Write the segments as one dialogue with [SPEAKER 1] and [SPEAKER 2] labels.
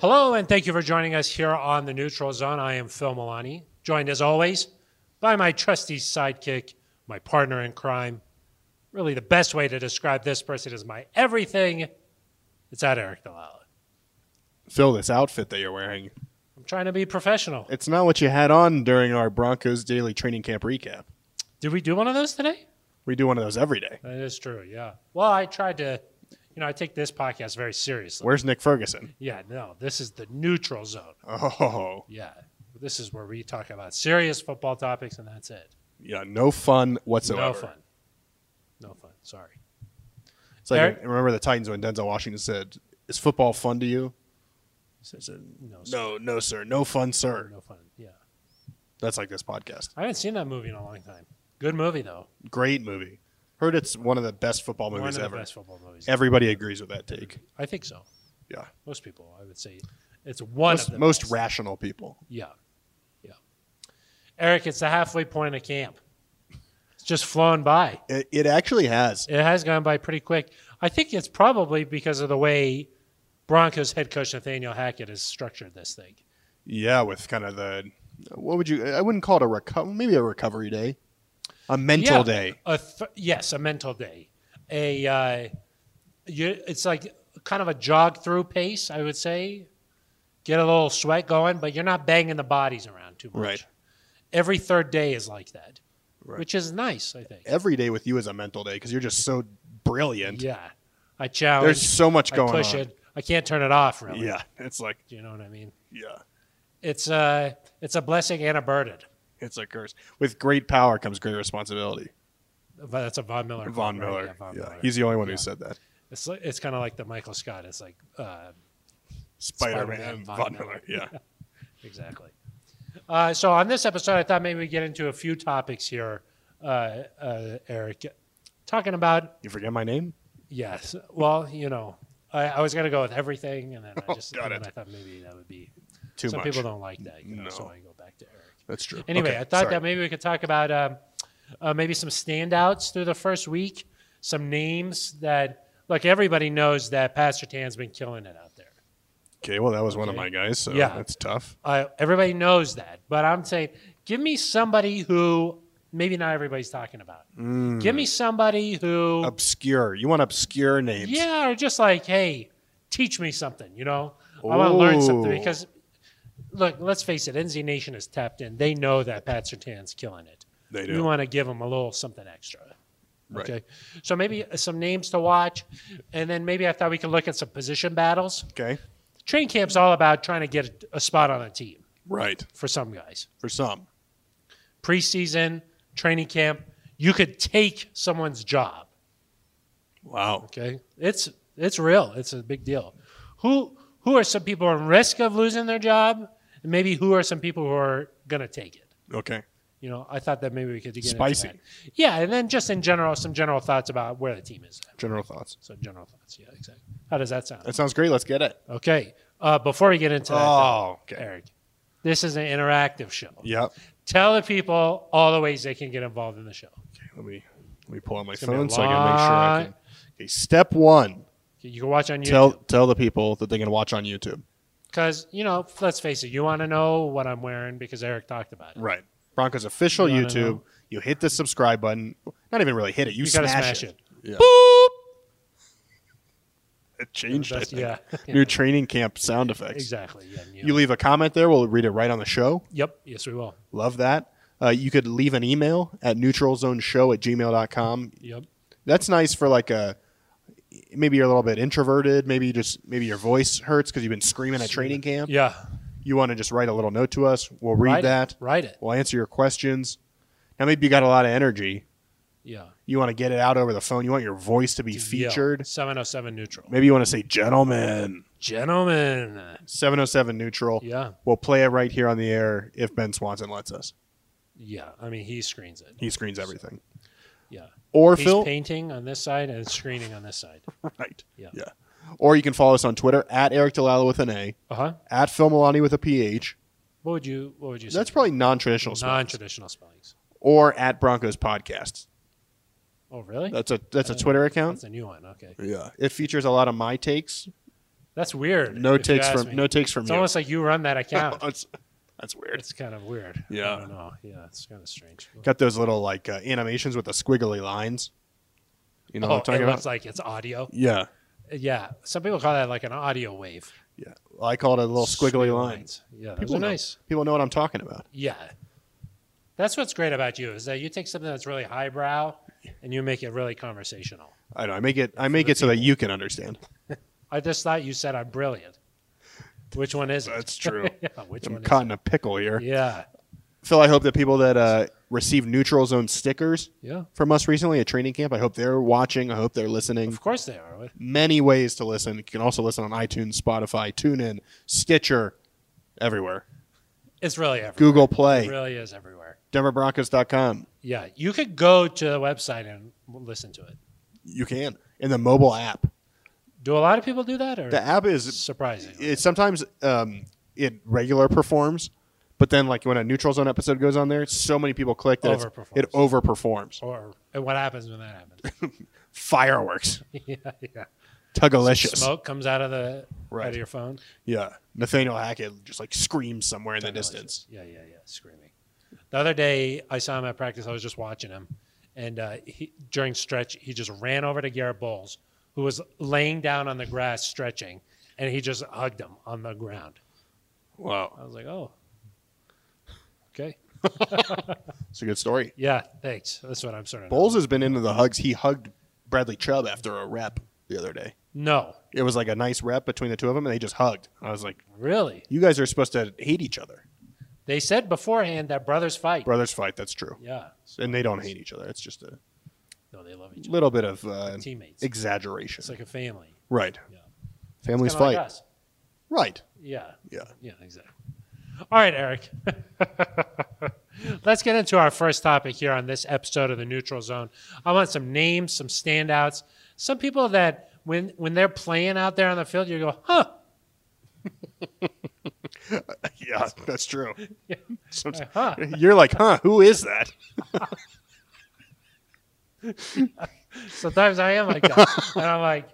[SPEAKER 1] Hello, and thank you for joining us here on the Neutral Zone. I am Phil Milani, joined as always by my trusty sidekick, my partner in crime. Really, the best way to describe this person is my everything. It's at Eric Delala.
[SPEAKER 2] Phil, this outfit that you're wearing,
[SPEAKER 1] I'm trying to be professional.
[SPEAKER 2] it's not what you had on during our Broncos daily training camp recap.
[SPEAKER 1] Did we do one of those today?
[SPEAKER 2] We do one of those every day.
[SPEAKER 1] That is true, yeah. Well, I tried to, you know, I take this podcast very seriously.
[SPEAKER 2] Where's Nick Ferguson?
[SPEAKER 1] yeah, no, this is the neutral zone.
[SPEAKER 2] Oh,
[SPEAKER 1] Yeah, this is where we talk about serious football topics, and that's it.
[SPEAKER 2] yeah, no fun whatsoever.
[SPEAKER 1] no fun. No fun. Sorry.
[SPEAKER 2] It's like
[SPEAKER 1] Eric?
[SPEAKER 2] remember the Titans when Denzel Washington said, "Is football fun to you?" He said,
[SPEAKER 1] uh, No, sir.
[SPEAKER 2] "No, no, sir, no fun, sir."
[SPEAKER 1] no fun. Yeah,
[SPEAKER 2] That's like this podcast.
[SPEAKER 1] I haven't seen that movie in a long time. Good movie though.
[SPEAKER 2] Great movie. Heard it's one of the best football
[SPEAKER 1] One of
[SPEAKER 2] movies
[SPEAKER 1] the
[SPEAKER 2] ever.
[SPEAKER 1] best football movies.
[SPEAKER 2] Everybody agrees with that take.
[SPEAKER 1] I think so.
[SPEAKER 2] Yeah,
[SPEAKER 1] Most people, I would say, it's one
[SPEAKER 2] most,
[SPEAKER 1] of the
[SPEAKER 2] most
[SPEAKER 1] best.
[SPEAKER 2] rational people.
[SPEAKER 1] Yeah, yeah. Eric, it's the halfway point of camp. It's just flown by.
[SPEAKER 2] It, it actually has.
[SPEAKER 1] It has gone by pretty quick. I think it's probably because of the way Broncos head coach Nathaniel Hackett has structured this thing.
[SPEAKER 2] Yeah, with kind of the what would you? I wouldn't call it a recover. Maybe a recovery day, a mental
[SPEAKER 1] Yeah,
[SPEAKER 2] day.
[SPEAKER 1] A th- yes, a mental day. A uh, you, it's like kind of a jog through pace, I would say. Get a little sweat going, but you're not banging the bodies around too much.
[SPEAKER 2] Right.
[SPEAKER 1] Every third day is like that,
[SPEAKER 2] Right.
[SPEAKER 1] which is nice, I think.
[SPEAKER 2] Every day with you is a mental day because you're just so brilliant.
[SPEAKER 1] Yeah, I challenge.
[SPEAKER 2] There's so much
[SPEAKER 1] I
[SPEAKER 2] going
[SPEAKER 1] push
[SPEAKER 2] on.
[SPEAKER 1] it. I can't turn it off. Really.
[SPEAKER 2] Yeah, it's like
[SPEAKER 1] Do you know what I mean?
[SPEAKER 2] yeah,
[SPEAKER 1] It's a it's a blessing and a burden.
[SPEAKER 2] it's a curse. With great power comes great responsibility.
[SPEAKER 1] But that's a Von Miller. quote,
[SPEAKER 2] Von
[SPEAKER 1] right?
[SPEAKER 2] Miller.
[SPEAKER 1] Yeah, Von
[SPEAKER 2] yeah,
[SPEAKER 1] Miller.
[SPEAKER 2] he's the only one
[SPEAKER 1] Yeah.
[SPEAKER 2] who said that.
[SPEAKER 1] It's like, it's kind of like the Michael Scott. It's like uh,
[SPEAKER 2] Spider
[SPEAKER 1] Spider-Man,
[SPEAKER 2] Man,
[SPEAKER 1] Von
[SPEAKER 2] Von,
[SPEAKER 1] Miller.
[SPEAKER 2] Miller. Yeah,
[SPEAKER 1] Exactly. Uh, so on this episode, I thought maybe we'd get into a few topics here, uh, uh, Eric. Talking about
[SPEAKER 2] you forget my name?
[SPEAKER 1] yes, well, you know, I, I was gonna go with everything, and then I
[SPEAKER 2] Oh,
[SPEAKER 1] just and
[SPEAKER 2] got
[SPEAKER 1] then
[SPEAKER 2] it.
[SPEAKER 1] I thought maybe that would be
[SPEAKER 2] Too
[SPEAKER 1] some
[SPEAKER 2] much.
[SPEAKER 1] people don't like that, you know,
[SPEAKER 2] No.
[SPEAKER 1] so I go back to Eric.
[SPEAKER 2] That's true.
[SPEAKER 1] Anyway,
[SPEAKER 2] Okay,
[SPEAKER 1] I thought
[SPEAKER 2] sorry.
[SPEAKER 1] that maybe we could talk about um, uh, maybe some standouts through the first week, some names that look everybody knows that Pastor Tan's been killing it out there.
[SPEAKER 2] Okay, well, that was one of
[SPEAKER 1] Okay.
[SPEAKER 2] my guys. So
[SPEAKER 1] Yeah.
[SPEAKER 2] that's tough.
[SPEAKER 1] I, everybody knows that, but I'm saying, give me somebody who maybe not everybody's talking about.
[SPEAKER 2] Mm.
[SPEAKER 1] Give me somebody who,
[SPEAKER 2] Obscure. You want obscure names?
[SPEAKER 1] yeah, or just like, hey, teach me something. You know, I want to learn something
[SPEAKER 2] Ooh.
[SPEAKER 1] because, look, let's face it, NZ Nation is tapped in. They know that Pat Sertan's killing it.
[SPEAKER 2] They
[SPEAKER 1] We
[SPEAKER 2] do.
[SPEAKER 1] want to give them a little something extra.
[SPEAKER 2] Right.
[SPEAKER 1] Okay, so maybe some names to watch, and then maybe I thought we could look at some position battles.
[SPEAKER 2] okay.
[SPEAKER 1] Train camp's all about trying to get a, a spot on a team
[SPEAKER 2] Right.
[SPEAKER 1] for some guys.
[SPEAKER 2] For some.
[SPEAKER 1] preseason, training camp, you could take someone's job.
[SPEAKER 2] Wow.
[SPEAKER 1] Okay, it's it's real. It's a big deal. Who who are some people in risk of losing their job, and maybe who are some people who are gonna take it?
[SPEAKER 2] Okay.
[SPEAKER 1] You know, I thought that maybe we could get into
[SPEAKER 2] Spicy.
[SPEAKER 1] that. Yeah, and then just in general, some general thoughts about where the team is. At.
[SPEAKER 2] General thoughts.
[SPEAKER 1] So general thoughts. Yeah, exactly. How does that sound?
[SPEAKER 2] That sounds great. Let's get it.
[SPEAKER 1] Okay. Uh, before we get into that,
[SPEAKER 2] Oh,
[SPEAKER 1] though,
[SPEAKER 2] okay.
[SPEAKER 1] Eric, this is an interactive show.
[SPEAKER 2] Yep.
[SPEAKER 1] Tell the people all the ways they can get involved in the show.
[SPEAKER 2] Okay, let me let me pull out my
[SPEAKER 1] gonna be
[SPEAKER 2] phone
[SPEAKER 1] a
[SPEAKER 2] so I can make sure I
[SPEAKER 1] lot.
[SPEAKER 2] can. Okay, step one.
[SPEAKER 1] You can watch on YouTube.
[SPEAKER 2] Tell tell the people that they can watch on YouTube.
[SPEAKER 1] Because, you know, let's face it, you want to know what I'm wearing because Eric talked about it.
[SPEAKER 2] Right. Broncos official
[SPEAKER 1] No, no,
[SPEAKER 2] YouTube.
[SPEAKER 1] no.
[SPEAKER 2] You hit the subscribe button. Not even really hit it. You,
[SPEAKER 1] You gotta
[SPEAKER 2] smash,
[SPEAKER 1] smash
[SPEAKER 2] it.
[SPEAKER 1] it.
[SPEAKER 2] Yeah. Boop. It changed. I
[SPEAKER 1] That's-
[SPEAKER 2] think.
[SPEAKER 1] yeah.
[SPEAKER 2] New training camp sound effects.
[SPEAKER 1] Exactly. Yeah, yeah.
[SPEAKER 2] You leave a comment there. We'll read it right on the show.
[SPEAKER 1] yep. Yes, we will.
[SPEAKER 2] Love that. Uh, you could leave an email at neutralzoneshow at gmail.com.
[SPEAKER 1] Yep.
[SPEAKER 2] that's nice for like a maybe you're a little bit introverted maybe you just maybe your voice hurts because you've been screaming at training camp
[SPEAKER 1] Yeah.
[SPEAKER 2] you want to just write a little note to us we'll read
[SPEAKER 1] Write it.
[SPEAKER 2] that
[SPEAKER 1] Write it.
[SPEAKER 2] we'll answer your questions now maybe you got a lot of energy
[SPEAKER 1] Yeah.
[SPEAKER 2] you want to get it out over the phone you want your voice to be
[SPEAKER 1] Yeah.
[SPEAKER 2] featured
[SPEAKER 1] 707 neutral.
[SPEAKER 2] maybe you want to say gentlemen
[SPEAKER 1] Gentlemen.
[SPEAKER 2] 707 neutral
[SPEAKER 1] Yeah.
[SPEAKER 2] we'll play it right here on the air if ben swanson lets us
[SPEAKER 1] Yeah. I mean, he screens it.
[SPEAKER 2] he screens everything
[SPEAKER 1] Yeah.
[SPEAKER 2] or
[SPEAKER 1] He's
[SPEAKER 2] phil
[SPEAKER 1] painting on this side and screening on this side.
[SPEAKER 2] right
[SPEAKER 1] Yeah.
[SPEAKER 2] yeah or you can follow us on twitter at eric delala with an a
[SPEAKER 1] Uh huh.
[SPEAKER 2] at phil Milani with a ph
[SPEAKER 1] What would you, what would you say?
[SPEAKER 2] That's probably non-traditional spellings.
[SPEAKER 1] non traditional spellings.
[SPEAKER 2] or at Broncos Podcasts.
[SPEAKER 1] Oh, really?
[SPEAKER 2] That's a that's a
[SPEAKER 1] Uh,
[SPEAKER 2] Twitter account.
[SPEAKER 1] That's a new one. Okay.
[SPEAKER 2] Yeah, it features a lot of my takes
[SPEAKER 1] That's weird.
[SPEAKER 2] No
[SPEAKER 1] if you
[SPEAKER 2] takes
[SPEAKER 1] ask
[SPEAKER 2] from
[SPEAKER 1] me.
[SPEAKER 2] no takes from
[SPEAKER 1] It's
[SPEAKER 2] you.
[SPEAKER 1] almost like you run that account.
[SPEAKER 2] that's, that's weird.
[SPEAKER 1] it's kind of weird.
[SPEAKER 2] Yeah.
[SPEAKER 1] I don't know. Yeah, it's kind of strange.
[SPEAKER 2] Got those little like uh, animations with the squiggly lines. You know
[SPEAKER 1] oh,
[SPEAKER 2] what I'm talking
[SPEAKER 1] it
[SPEAKER 2] about?
[SPEAKER 1] looks like it's audio.
[SPEAKER 2] yeah,
[SPEAKER 1] Yeah, some people call that like an audio wave.
[SPEAKER 2] yeah. Well, I call it a little squiggly
[SPEAKER 1] Squiggly
[SPEAKER 2] line.
[SPEAKER 1] Yeah, those
[SPEAKER 2] People
[SPEAKER 1] are
[SPEAKER 2] know.
[SPEAKER 1] nice.
[SPEAKER 2] People know what I'm talking about.
[SPEAKER 1] Yeah, that's what's great about you is that you take something that's really highbrow and you make it really conversational.
[SPEAKER 2] I know. I make it. I make it so that you can understand.
[SPEAKER 1] I just thought you said I'm brilliant. Which one is it?
[SPEAKER 2] That's true.
[SPEAKER 1] yeah, which
[SPEAKER 2] I'm
[SPEAKER 1] one?
[SPEAKER 2] caught in a pickle here,
[SPEAKER 1] Is it? Yeah,
[SPEAKER 2] Phil. I hope that people that uh, receive neutral zone stickers
[SPEAKER 1] yeah.
[SPEAKER 2] from us recently at training camp. I hope they're watching. I hope they're listening.
[SPEAKER 1] Of course they are.
[SPEAKER 2] Many ways to listen. You can also listen on iTunes, Spotify, TuneIn, Stitcher, everywhere.
[SPEAKER 1] It's really everywhere.
[SPEAKER 2] Google
[SPEAKER 1] It
[SPEAKER 2] Play,
[SPEAKER 1] really is everywhere.
[SPEAKER 2] DenverBroncos.com.
[SPEAKER 1] Yeah, you could go to the website and listen to it.
[SPEAKER 2] You can. And the mobile app.
[SPEAKER 1] Do a lot of people do that, or
[SPEAKER 2] The app is
[SPEAKER 1] surprising?
[SPEAKER 2] it sometimes um, it regular performs, but then like when a neutral zone episode goes on there, so many people click that it's-
[SPEAKER 1] Overperforms.
[SPEAKER 2] it overperforms.
[SPEAKER 1] or and what happens when that happens?
[SPEAKER 2] Fireworks,
[SPEAKER 1] yeah, yeah.
[SPEAKER 2] tugalicious.
[SPEAKER 1] Smoke comes out of the out
[SPEAKER 2] Right.
[SPEAKER 1] of your phone.
[SPEAKER 2] Yeah, Nathaniel Hackett just like screams somewhere in the distance.
[SPEAKER 1] Yeah, yeah, yeah. Screaming. The other day I saw him at practice. I was just watching him, and uh, he, during stretch, he just ran over to Garrett Bowles, who was laying down on the grass stretching, and he just hugged him on the ground.
[SPEAKER 2] Wow,
[SPEAKER 1] I was like, oh, okay,
[SPEAKER 2] it's a good story.
[SPEAKER 1] yeah, thanks. That's what I'm sort of.
[SPEAKER 2] Bowles has been into the hugs. He hugged Bradley Chubb after a rep the other day.
[SPEAKER 1] No,
[SPEAKER 2] It was like a nice rep between the two of them, and they just hugged. I was like,
[SPEAKER 1] really.
[SPEAKER 2] "You guys are supposed to hate each other,
[SPEAKER 1] They said beforehand that brothers fight.
[SPEAKER 2] brothers fight." That's true,
[SPEAKER 1] Yeah.
[SPEAKER 2] and they don't hate each other. It's just a
[SPEAKER 1] No, they love each other.
[SPEAKER 2] little bit of uh,
[SPEAKER 1] Teammates.
[SPEAKER 2] exaggeration,
[SPEAKER 1] It's like a family.
[SPEAKER 2] right?
[SPEAKER 1] Yeah.
[SPEAKER 2] Families
[SPEAKER 1] Kinda like
[SPEAKER 2] fight,
[SPEAKER 1] us.
[SPEAKER 2] right?
[SPEAKER 1] Yeah.
[SPEAKER 2] Yeah.
[SPEAKER 1] Yeah, exactly. All right, Eric. Let's get into our first topic here on this episode of the Neutral Zone. I want some names, some standouts, some people that when when they're playing out there on the field, you go, huh?
[SPEAKER 2] Yeah, that's true. Some-
[SPEAKER 1] Huh.
[SPEAKER 2] You're like, huh? Who is that?
[SPEAKER 1] Sometimes I am like that, and I'm like,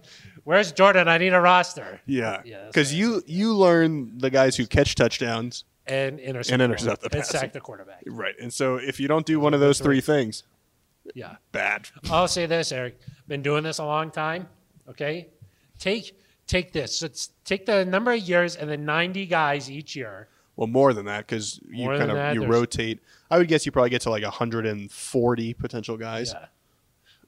[SPEAKER 1] where's Jordan? I need a roster
[SPEAKER 2] Yeah,
[SPEAKER 1] Yeah, that's
[SPEAKER 2] because
[SPEAKER 1] what I
[SPEAKER 2] you you learn the guys who catch touchdowns,
[SPEAKER 1] and intercept
[SPEAKER 2] And intercept the
[SPEAKER 1] and
[SPEAKER 2] pass.
[SPEAKER 1] sack the quarterback.
[SPEAKER 2] right? And so if you don't do one of those three things,
[SPEAKER 1] Yeah.
[SPEAKER 2] bad.
[SPEAKER 1] I'll say this, Eric. Been doing this a long time. Okay, take take this. So it's, take the number of years and the 90 guys each year.
[SPEAKER 2] Well, more than that because you
[SPEAKER 1] More than
[SPEAKER 2] kind of
[SPEAKER 1] that,
[SPEAKER 2] you
[SPEAKER 1] there's-
[SPEAKER 2] rotate. I would guess you probably get to like 140 potential guys,
[SPEAKER 1] Yeah.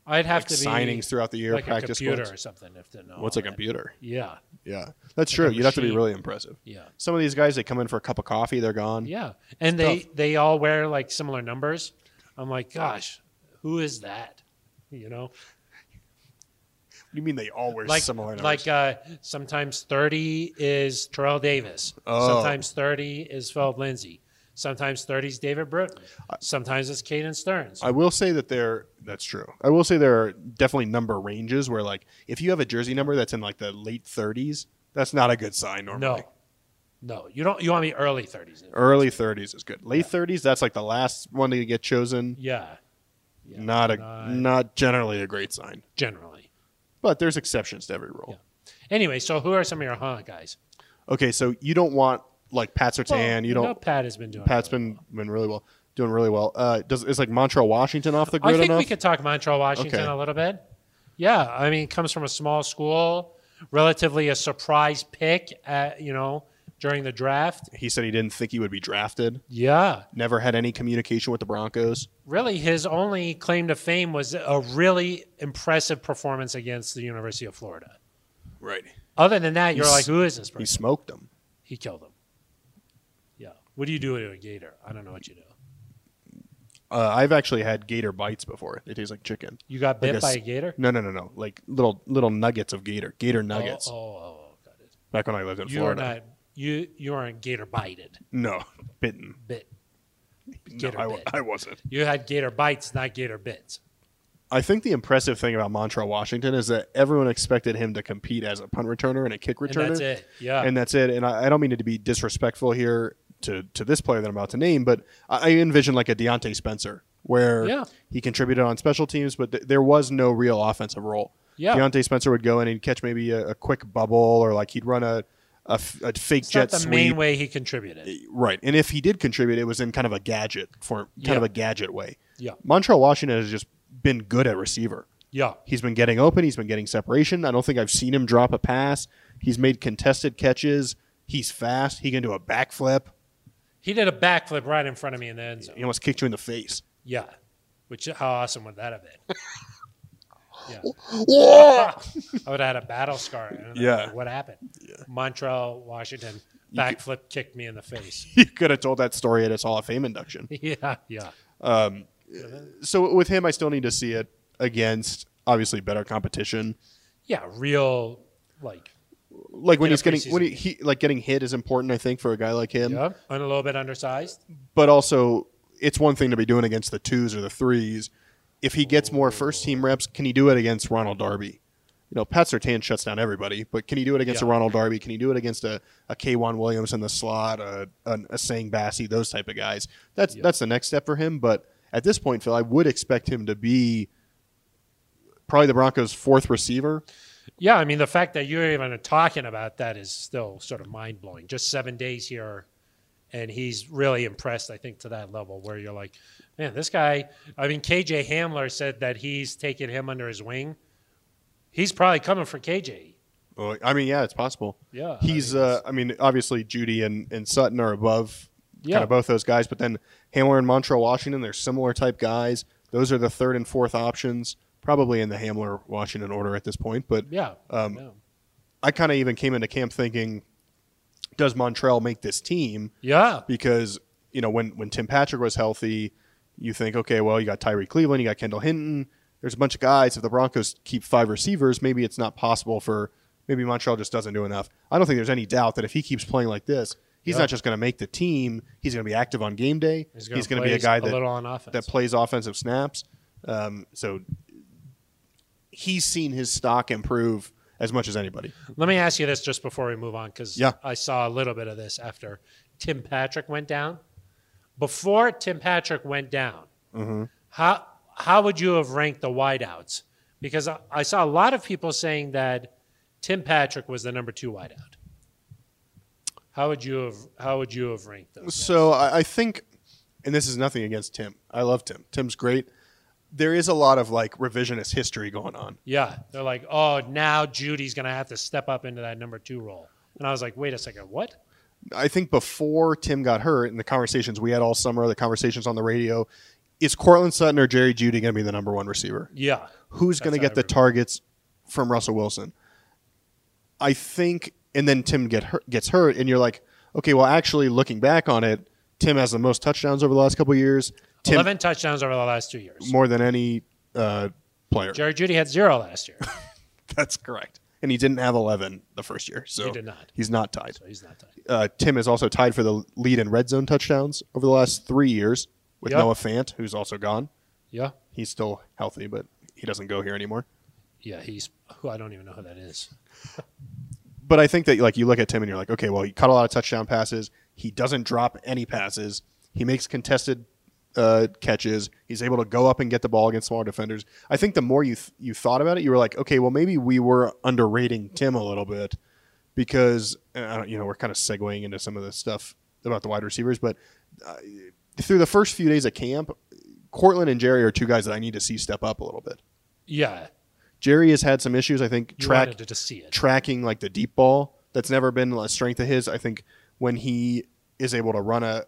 [SPEAKER 1] I'd have
[SPEAKER 2] like
[SPEAKER 1] to be
[SPEAKER 2] signings throughout the year,
[SPEAKER 1] like a
[SPEAKER 2] practice
[SPEAKER 1] computer
[SPEAKER 2] squads.
[SPEAKER 1] or something. If to know
[SPEAKER 2] What's
[SPEAKER 1] all
[SPEAKER 2] a
[SPEAKER 1] that.
[SPEAKER 2] computer?
[SPEAKER 1] Yeah,
[SPEAKER 2] Yeah, that's true. You'd have to be
[SPEAKER 1] machine.
[SPEAKER 2] really impressive.
[SPEAKER 1] yeah,
[SPEAKER 2] Some of these guys that come in for a cup of coffee, they're gone.
[SPEAKER 1] yeah. And they they all wear like similar numbers. I'm like, gosh, who is that? You know,
[SPEAKER 2] You mean they all wear
[SPEAKER 1] like
[SPEAKER 2] similar
[SPEAKER 1] like
[SPEAKER 2] numbers?
[SPEAKER 1] uh, sometimes 30 is Terrell Davis.
[SPEAKER 2] Oh.
[SPEAKER 1] Sometimes 30 is Philip Lindsay. Sometimes 30 is David Britton. Sometimes it's Caden Stearns.
[SPEAKER 2] I will say that there. That's true. I will say there are definitely number ranges where, like, if you have a jersey number that's in like the late 30s, that's not a good sign normally.
[SPEAKER 1] no, no, you don't. You want me early 30s?
[SPEAKER 2] Early 30s is good. Late 30s, that's like the last one to get chosen.
[SPEAKER 1] Yeah,
[SPEAKER 2] not a
[SPEAKER 1] not-
[SPEAKER 2] not generally a great sign.
[SPEAKER 1] generally.
[SPEAKER 2] But there's exceptions to every rule.
[SPEAKER 1] Anyway, so who are some of your huh guys?
[SPEAKER 2] Okay, so you don't want like Pat Sertan.
[SPEAKER 1] Well,
[SPEAKER 2] you don't.
[SPEAKER 1] know Pat has been doing.
[SPEAKER 2] Pat's
[SPEAKER 1] really
[SPEAKER 2] been been really well, doing really well. Uh, does is like Montreal Washington off the
[SPEAKER 1] well. I
[SPEAKER 2] grid
[SPEAKER 1] think
[SPEAKER 2] enough?
[SPEAKER 1] we could talk Montreal, Washington,
[SPEAKER 2] Okay.
[SPEAKER 1] a little bit. Yeah, I mean, comes from a small school, relatively a surprise pick. At, you know, during the draft.
[SPEAKER 2] he said he didn't think he would be drafted.
[SPEAKER 1] Yeah,
[SPEAKER 2] Never had any communication with the Broncos.
[SPEAKER 1] really, his only claim to fame was a really impressive performance against the University of Florida.
[SPEAKER 2] Right.
[SPEAKER 1] Other than that, you're
[SPEAKER 2] He's-
[SPEAKER 1] like, who is this
[SPEAKER 2] He
[SPEAKER 1] person?
[SPEAKER 2] smoked them.
[SPEAKER 1] He killed him. Yeah. What do you do to a gator? I don't know what you do.
[SPEAKER 2] Uh, I've actually had gator bites before. They taste like chicken.
[SPEAKER 1] You got bit
[SPEAKER 2] Like a
[SPEAKER 1] by
[SPEAKER 2] s-
[SPEAKER 1] a gator?
[SPEAKER 2] No, no, no, no. Like little little nuggets of gator, gator nuggets.
[SPEAKER 1] Oh, oh, oh, oh, got it.
[SPEAKER 2] Back when I lived in
[SPEAKER 1] You are
[SPEAKER 2] Florida.
[SPEAKER 1] not. You you aren't gator bited.
[SPEAKER 2] no, bitten.
[SPEAKER 1] Bit.
[SPEAKER 2] No,
[SPEAKER 1] Gator
[SPEAKER 2] I, wa-
[SPEAKER 1] bit.
[SPEAKER 2] I wasn't.
[SPEAKER 1] You had gator bites, not gator bits.
[SPEAKER 2] I think the impressive thing about Montreal Washington is that everyone expected him to compete as a punt returner and a kick
[SPEAKER 1] And
[SPEAKER 2] returner.
[SPEAKER 1] that's it. Yeah.
[SPEAKER 2] and that's it. And I, I don't mean to be disrespectful here to, to this player that I'm about to name, but I, I envision like a Deontay Spencer where
[SPEAKER 1] Yeah.
[SPEAKER 2] he contributed on special teams, but th- there was no real offensive role.
[SPEAKER 1] Yeah.
[SPEAKER 2] Deontay Spencer would go in and catch maybe a, a quick bubble or like he'd run a, a f- a fake
[SPEAKER 1] It's
[SPEAKER 2] jet
[SPEAKER 1] not the
[SPEAKER 2] sweep.
[SPEAKER 1] main way he contributed.
[SPEAKER 2] Right. And if he did contribute, it was in kind of a gadget form, kind
[SPEAKER 1] Yeah.
[SPEAKER 2] of a gadget way.
[SPEAKER 1] Yeah.
[SPEAKER 2] Montreal Washington has just been good at receiver.
[SPEAKER 1] Yeah.
[SPEAKER 2] He's been getting open. He's been getting separation. I don't think I've seen him drop a pass. He's made contested catches. He's fast. He can do a backflip.
[SPEAKER 1] He did a backflip right in front of me in the end zone.
[SPEAKER 2] He almost kicked you in the face.
[SPEAKER 1] Yeah. Which, how awesome would that have been?
[SPEAKER 2] Yeah.
[SPEAKER 1] I would have had a battle scar. I don't know
[SPEAKER 2] Yeah.
[SPEAKER 1] What happened? Montreal, Washington, backflip kicked me in the face.
[SPEAKER 2] you could have told that story at his Hall of Fame induction.
[SPEAKER 1] yeah. Yeah.
[SPEAKER 2] So with him, I still need to see it against obviously better competition.
[SPEAKER 1] Yeah. Real, like,
[SPEAKER 2] Like when
[SPEAKER 1] In a
[SPEAKER 2] he's getting when he,
[SPEAKER 1] preseason
[SPEAKER 2] he like getting hit is important, I think, for a guy like him.
[SPEAKER 1] yeah. And a little bit undersized.
[SPEAKER 2] but also it's one thing to be doing against the twos or the threes. If he gets more first team reps, can he do it against Ronald Darby? You know, Pat Sertan shuts down everybody, but can he do it against
[SPEAKER 1] Yeah.
[SPEAKER 2] a Ronald Darby? Can he do it against a, a Kwan Williams in the slot, a, a, a Sang Bassi, those type of guys? That's that's the next step for him. But at this point, Phil, I would expect him to be probably the Broncos' fourth receiver.
[SPEAKER 1] Yeah. I mean, the fact that you're even talking about that is still sort of mind blowing. Just seven days here. And he's really impressed, I think, to that level where you're like, man, this guy. I mean, KJ Hamler said that he's taking him under his wing. He's probably coming for KJ.
[SPEAKER 2] Well, I mean, yeah, it's possible.
[SPEAKER 1] Yeah, I
[SPEAKER 2] he's.
[SPEAKER 1] mean,
[SPEAKER 2] uh, I mean, obviously Judy and, and Sutton are above
[SPEAKER 1] Yeah.
[SPEAKER 2] kind of both those guys, but then Hamler and Montreal Washington, they're similar type guys. Those are the third and fourth options, probably in the Hamler Washington order at this point. But
[SPEAKER 1] Yeah.
[SPEAKER 2] Um,
[SPEAKER 1] no.
[SPEAKER 2] I kind of even came into camp thinking, does Montreal make this team?
[SPEAKER 1] Yeah.
[SPEAKER 2] because you know when when Tim Patrick was healthy, you think okay, well you got Tyree Cleveland, you got Kendall Hinton. There's a bunch of guys. If the Broncos keep five receivers, maybe it's not possible for maybe Montreal just doesn't do enough. I don't think there's any doubt that if he keeps playing like this, he's
[SPEAKER 1] Yeah.
[SPEAKER 2] not just going to make the team. He's going to be active on game day. He's
[SPEAKER 1] gonna
[SPEAKER 2] going to be
[SPEAKER 1] play
[SPEAKER 2] a guy that
[SPEAKER 1] little on offense.
[SPEAKER 2] that plays offensive snaps. Um, so he's seen his stock improve as much as anybody.
[SPEAKER 1] Let me ask you this just before we move on, because
[SPEAKER 2] Yeah.
[SPEAKER 1] I saw a little bit of this after Tim Patrick went down. Before Tim Patrick went down,
[SPEAKER 2] Mm-hmm.
[SPEAKER 1] how how would you have ranked the wideouts? Because I, I saw a lot of people saying that Tim Patrick was the number two wideout. How would you have how would you have ranked those?
[SPEAKER 2] So I, I think, and this is nothing against Tim. I love Tim. Tim's great. There is a lot of like revisionist history going on.
[SPEAKER 1] Yeah, they're like, oh, now Judy's going to have to step up into that number two role. And I was like, wait a second, what?
[SPEAKER 2] I think before Tim got hurt, and the conversations we had all summer, the conversations on the radio, is Cortland Sutton or Jerry Judy going to be the number one receiver?
[SPEAKER 1] Yeah,
[SPEAKER 2] Who's going
[SPEAKER 1] That's how
[SPEAKER 2] to get the
[SPEAKER 1] everybody-
[SPEAKER 2] targets from Russell Wilson? I think, and then Tim get hurt, gets hurt, and you're like, okay, well, actually, looking back on it, Tim has the most touchdowns over the last couple of years. Tim
[SPEAKER 1] 11 touchdowns over the last two years.
[SPEAKER 2] more than any uh, player.
[SPEAKER 1] Jerry Judy had zero last year.
[SPEAKER 2] That's correct. And he didn't have 11 the first year. So
[SPEAKER 1] He did not.
[SPEAKER 2] He's not tied.
[SPEAKER 1] so he's not done.
[SPEAKER 2] Uh, Tim is also tied for the lead in red zone touchdowns over the last three years with
[SPEAKER 1] Yep.
[SPEAKER 2] Noah Fant, who's also gone.
[SPEAKER 1] Yeah.
[SPEAKER 2] He's still healthy, but he doesn't go here anymore.
[SPEAKER 1] Yeah, he's who I don't even know who that is.
[SPEAKER 2] But I think that like you look at Tim and you're like, okay, well, he caught a lot of touchdown passes. He doesn't drop any passes. He makes contested uh, catches. He's able to go up and get the ball against smaller defenders. I think the more you th- you thought about it, you were like, okay, well, maybe we were underrating Tim a little bit because and I don't, you know we're kind of segueing into some of the stuff about the wide receivers, but uh, through the first few days of camp, Cortland and Jerry are two guys that I need to see step up a little bit.
[SPEAKER 1] Yeah.
[SPEAKER 2] Jerry has had some issues. I think
[SPEAKER 1] You
[SPEAKER 2] track
[SPEAKER 1] wanted to, just see it.
[SPEAKER 2] tracking like the deep ball. That's never been a strength of his. I think when he is able to run a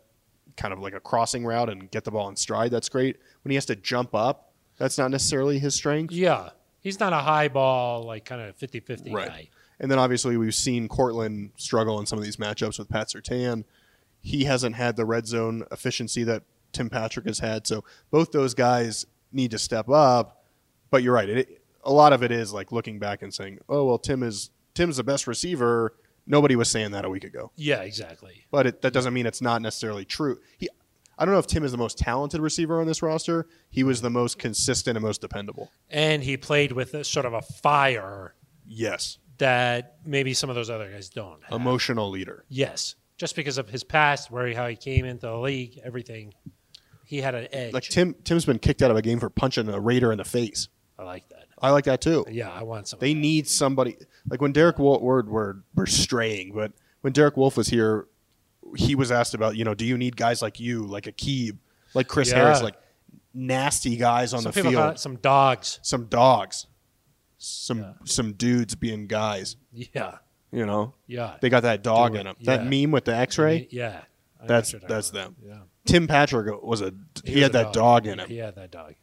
[SPEAKER 2] kind of like a crossing route and get the ball in stride, that's great. When he has to jump up, that's not necessarily his strength.
[SPEAKER 1] yeah. He's not a high ball, like kind of 50 50
[SPEAKER 2] Right.
[SPEAKER 1] guy.
[SPEAKER 2] And then obviously we've seen Cortland struggle in some of these matchups with Pat Sertan. He hasn't had the red zone efficiency that Tim Patrick has had. So both those guys need to step up. But you're right. It, a lot of it is like looking back and saying, "Oh well, Tim is Tim's the best receiver." Nobody was saying that a week ago.
[SPEAKER 1] Yeah, exactly.
[SPEAKER 2] but it, that doesn't mean it's not necessarily true. He, I don't know if Tim is the most talented receiver on this roster. He was the most consistent and most dependable.
[SPEAKER 1] And he played with a, sort of a fire
[SPEAKER 2] Yes,
[SPEAKER 1] that maybe some of those other guys don't. have.
[SPEAKER 2] emotional leader.
[SPEAKER 1] yes. Just because of his past, where he, how he came into the league, everything, he had an edge.
[SPEAKER 2] Like Tim, Tim's been kicked out of a game for punching a Raider in the face.
[SPEAKER 1] I like that.
[SPEAKER 2] I like that too.
[SPEAKER 1] Yeah, I want some. of
[SPEAKER 2] They
[SPEAKER 1] that.
[SPEAKER 2] need somebody like when Derek Wolf. Word, word, we're straying, but when Derek Wolf was here, he was asked about you know, do you need guys like you, like Akib, like Chris
[SPEAKER 1] Yeah.
[SPEAKER 2] Harris, like nasty guys on
[SPEAKER 1] some
[SPEAKER 2] the
[SPEAKER 1] people call
[SPEAKER 2] field,
[SPEAKER 1] it some dogs.
[SPEAKER 2] some dogs, some
[SPEAKER 1] Yeah.
[SPEAKER 2] some dudes being guys.
[SPEAKER 1] Yeah,
[SPEAKER 2] You know,
[SPEAKER 1] yeah.
[SPEAKER 2] they got that dog
[SPEAKER 1] Do it,
[SPEAKER 2] in them. That
[SPEAKER 1] yeah.
[SPEAKER 2] meme with the X-ray.
[SPEAKER 1] Yeah. I know
[SPEAKER 2] That's-
[SPEAKER 1] what you're talking
[SPEAKER 2] that's
[SPEAKER 1] about.
[SPEAKER 2] Tim Patrick was a
[SPEAKER 1] Yeah.
[SPEAKER 2] he, had
[SPEAKER 1] was a
[SPEAKER 2] that dog. in him.
[SPEAKER 1] He had that dog.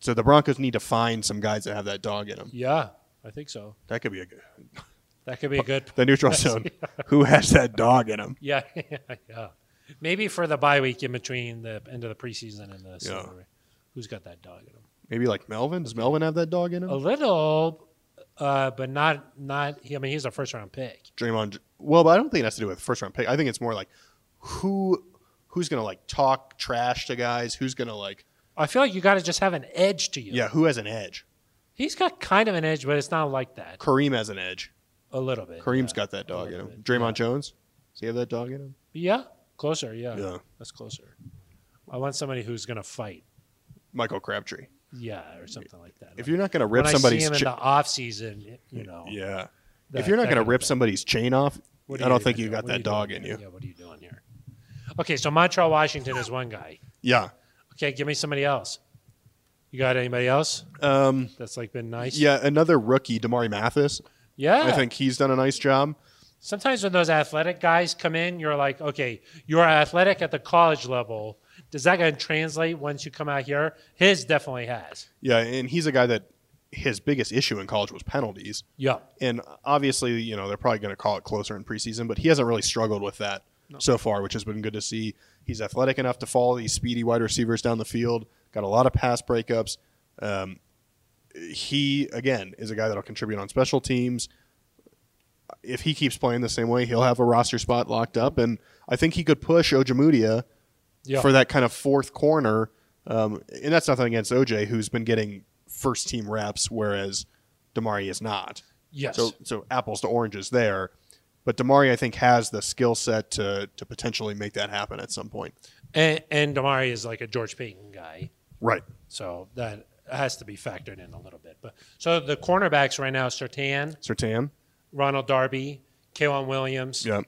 [SPEAKER 2] So the Broncos need to find some guys that have that dog in them.
[SPEAKER 1] Yeah, I think so.
[SPEAKER 2] That could be a good,
[SPEAKER 1] That could be a good.
[SPEAKER 2] the neutral zone. Who has that dog in them?
[SPEAKER 1] Yeah, yeah, yeah. Maybe for the bye week in between the end of the preseason and the
[SPEAKER 2] Yeah.
[SPEAKER 1] summer. Who's got that dog in him?
[SPEAKER 2] Maybe like Melvin. Does Melvin have that dog in him?
[SPEAKER 1] A little, uh, but not not. I mean, he's a first round pick.
[SPEAKER 2] Draymond. Well, but I don't think it has to do with first round pick. I think it's more like who who's gonna like talk trash to guys. Who's gonna like
[SPEAKER 1] I feel like you got to just have an edge to you.
[SPEAKER 2] yeah? Who has an edge?
[SPEAKER 1] he's got kind of an edge, but it's not like that.
[SPEAKER 2] Kareem has an edge.
[SPEAKER 1] A little bit.
[SPEAKER 2] Kareem's
[SPEAKER 1] yeah.
[SPEAKER 2] got that
[SPEAKER 1] A
[SPEAKER 2] dog in
[SPEAKER 1] little
[SPEAKER 2] him.
[SPEAKER 1] bit,
[SPEAKER 2] Draymond
[SPEAKER 1] yeah.
[SPEAKER 2] Jones. Does he have that dog in him?
[SPEAKER 1] Yeah, closer. Yeah.
[SPEAKER 2] Yeah.
[SPEAKER 1] that's closer. I want somebody who's gonna fight.
[SPEAKER 2] Michael Crabtree.
[SPEAKER 1] Yeah, or something like that.
[SPEAKER 2] If
[SPEAKER 1] Like,
[SPEAKER 2] you're not gonna
[SPEAKER 1] when
[SPEAKER 2] rip
[SPEAKER 1] I see
[SPEAKER 2] somebody's
[SPEAKER 1] him in
[SPEAKER 2] cha-
[SPEAKER 1] the off season, you know.
[SPEAKER 2] yeah,
[SPEAKER 1] that-
[SPEAKER 2] if you're not
[SPEAKER 1] that
[SPEAKER 2] gonna
[SPEAKER 1] kind of
[SPEAKER 2] rip
[SPEAKER 1] thing.
[SPEAKER 2] somebody's chain off,
[SPEAKER 1] What are
[SPEAKER 2] I don't
[SPEAKER 1] even
[SPEAKER 2] think you
[SPEAKER 1] doing?
[SPEAKER 2] got
[SPEAKER 1] What are
[SPEAKER 2] that dog
[SPEAKER 1] doing
[SPEAKER 2] in you.
[SPEAKER 1] here? Yeah, what are you doing here? Okay, so Montreal Washington is one guy.
[SPEAKER 2] Yeah.
[SPEAKER 1] Okay, give me somebody else. You got anybody else
[SPEAKER 2] Um,
[SPEAKER 1] that's like been nice?
[SPEAKER 2] Yeah, another rookie, Damari Mathis.
[SPEAKER 1] yeah.
[SPEAKER 2] I think he's done a nice job.
[SPEAKER 1] sometimes when those athletic guys come in, you're like, okay, you're athletic at the college level. Does that going to translate once you come out here? His definitely has.
[SPEAKER 2] Yeah, and he's a guy that his biggest issue in college was penalties.
[SPEAKER 1] Yeah,
[SPEAKER 2] And obviously, you know, they're probably going to call it closer in preseason, but he hasn't really struggled with that so far, which has been good to see. He's athletic enough to follow these speedy wide receivers down the field, got a lot of pass breakups. Um, he, again, is a guy that'll contribute on special teams. If he keeps playing the same way, he'll have a roster spot locked up. And I think he could push Ojemudia
[SPEAKER 1] yeah,
[SPEAKER 2] for that kind of fourth corner. Um, and that's nothing against OJ, who's been getting first team reps, whereas Damari is not.
[SPEAKER 1] yes,
[SPEAKER 2] So, so apples to oranges there. But Damari, I think, has the skill set to, to potentially make that happen at some point.
[SPEAKER 1] and and Damari is like a George Payton guy.
[SPEAKER 2] Right.
[SPEAKER 1] So that has to be factored in a little bit. But so the cornerbacks right now, Sertan,
[SPEAKER 2] Sertan.
[SPEAKER 1] Ronald Darby, Kwan Williams,
[SPEAKER 2] Yeah.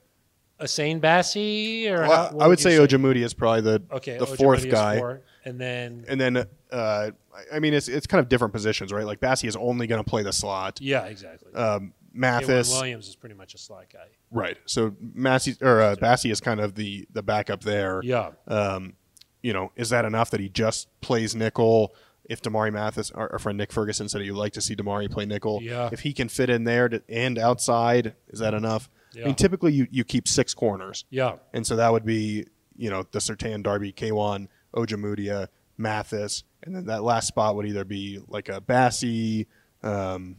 [SPEAKER 1] Hussein Bassi, or how-
[SPEAKER 2] Well,
[SPEAKER 1] what
[SPEAKER 2] I would say
[SPEAKER 1] you
[SPEAKER 2] Ojemudi is probably the
[SPEAKER 1] Okay,
[SPEAKER 2] the
[SPEAKER 1] Ojemidi
[SPEAKER 2] fourth
[SPEAKER 1] is
[SPEAKER 2] guy.
[SPEAKER 1] four, and then
[SPEAKER 2] And then, uh, I- I mean, it's it's kind of different positions, right? Like Bassie is only going to play the slot.
[SPEAKER 1] yeah, exactly.
[SPEAKER 2] Um,
[SPEAKER 1] Kwan
[SPEAKER 2] Mathis,
[SPEAKER 1] Williams is pretty much a slot guy.
[SPEAKER 2] right? So Massey or uh, Bassie is kind of the the backup there.
[SPEAKER 1] Yeah,
[SPEAKER 2] um, you know, is that enough that he just plays nickel? If Damari Mathis, our, our friend Nick Ferguson said he'd like to see Damari play nickel.
[SPEAKER 1] Yeah.
[SPEAKER 2] If he can fit in there to, and outside, is that enough? I
[SPEAKER 1] Yeah.
[SPEAKER 2] mean, typically you, you keep six corners.
[SPEAKER 1] yeah,
[SPEAKER 2] And so that would be, you know, the Sertan, Darby, Kwan, Ojemudia, Mathis. And then that last spot would either be like a Bassi, um,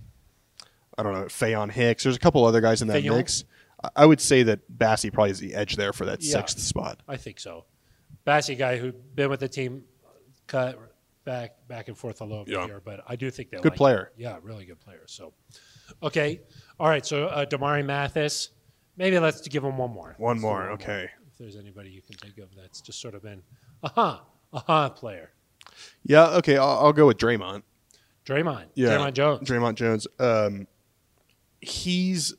[SPEAKER 2] I don't know, Fayon Hicks. There's a couple other guys in that
[SPEAKER 1] Fayon?
[SPEAKER 2] mix. I- I would say that Bassi probably is the edge there for that
[SPEAKER 1] Yeah.
[SPEAKER 2] sixth spot.
[SPEAKER 1] I think so. Bassi guy who been with the team, cut back back and forth all over
[SPEAKER 2] Yeah.
[SPEAKER 1] here, but I do think they
[SPEAKER 2] Good
[SPEAKER 1] like
[SPEAKER 2] player.
[SPEAKER 1] him. Yeah, really good player. So, okay, all right. So uh, Damari Mathis, maybe let's give him one more.
[SPEAKER 2] One
[SPEAKER 1] Let's do
[SPEAKER 2] more, okay.
[SPEAKER 1] If there's anybody you can think of that's just sort of been aha aha player,
[SPEAKER 2] Yeah, okay, I'll, I'll go with Draymond.
[SPEAKER 1] Draymond,
[SPEAKER 2] Yeah,
[SPEAKER 1] Draymond Jones.
[SPEAKER 2] Draymond Jones. Um, he's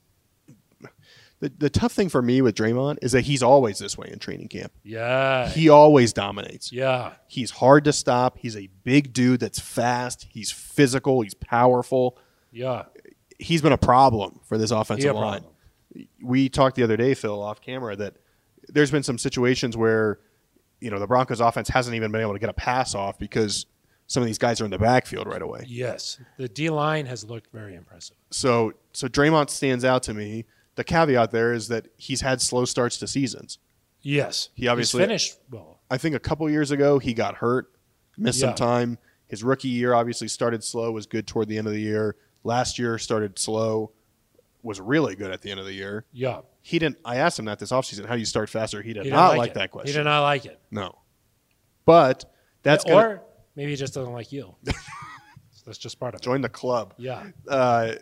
[SPEAKER 2] the the tough thing for me with Draymond is that he's always this way in training camp.
[SPEAKER 1] Yeah,
[SPEAKER 2] He always dominates.
[SPEAKER 1] yeah,
[SPEAKER 2] He's hard to stop. He's a big dude that's fast. He's physical. He's powerful.
[SPEAKER 1] yeah.
[SPEAKER 2] He's been a problem for this
[SPEAKER 1] He
[SPEAKER 2] offensive
[SPEAKER 1] a
[SPEAKER 2] line.
[SPEAKER 1] problem.
[SPEAKER 2] we talked the other day, Phil, off camera, that there's been some situations where, you know, the Broncos offense hasn't even been able to get a pass off because some of these guys are in the backfield right away.
[SPEAKER 1] Yes, the D line has looked very impressive.
[SPEAKER 2] So so Draymond stands out to me. The caveat there is that he's had slow starts to seasons.
[SPEAKER 1] Yes,
[SPEAKER 2] He obviously-
[SPEAKER 1] He's finished well.
[SPEAKER 2] I think a couple years ago he got hurt, missed
[SPEAKER 1] Yeah.
[SPEAKER 2] some time. His rookie year obviously started slow, was good toward the end of the year. Last year started slow, was really good at the end of the year.
[SPEAKER 1] Yeah,
[SPEAKER 2] He didn't I asked him that this offseason, how do you start faster? He did
[SPEAKER 1] He did
[SPEAKER 2] not like, that
[SPEAKER 1] He
[SPEAKER 2] question.
[SPEAKER 1] did not like it.
[SPEAKER 2] No. But that's
[SPEAKER 1] or
[SPEAKER 2] going to
[SPEAKER 1] maybe he just doesn't like you. So that's just part of it.
[SPEAKER 2] join the club.
[SPEAKER 1] Yeah,
[SPEAKER 2] Uh,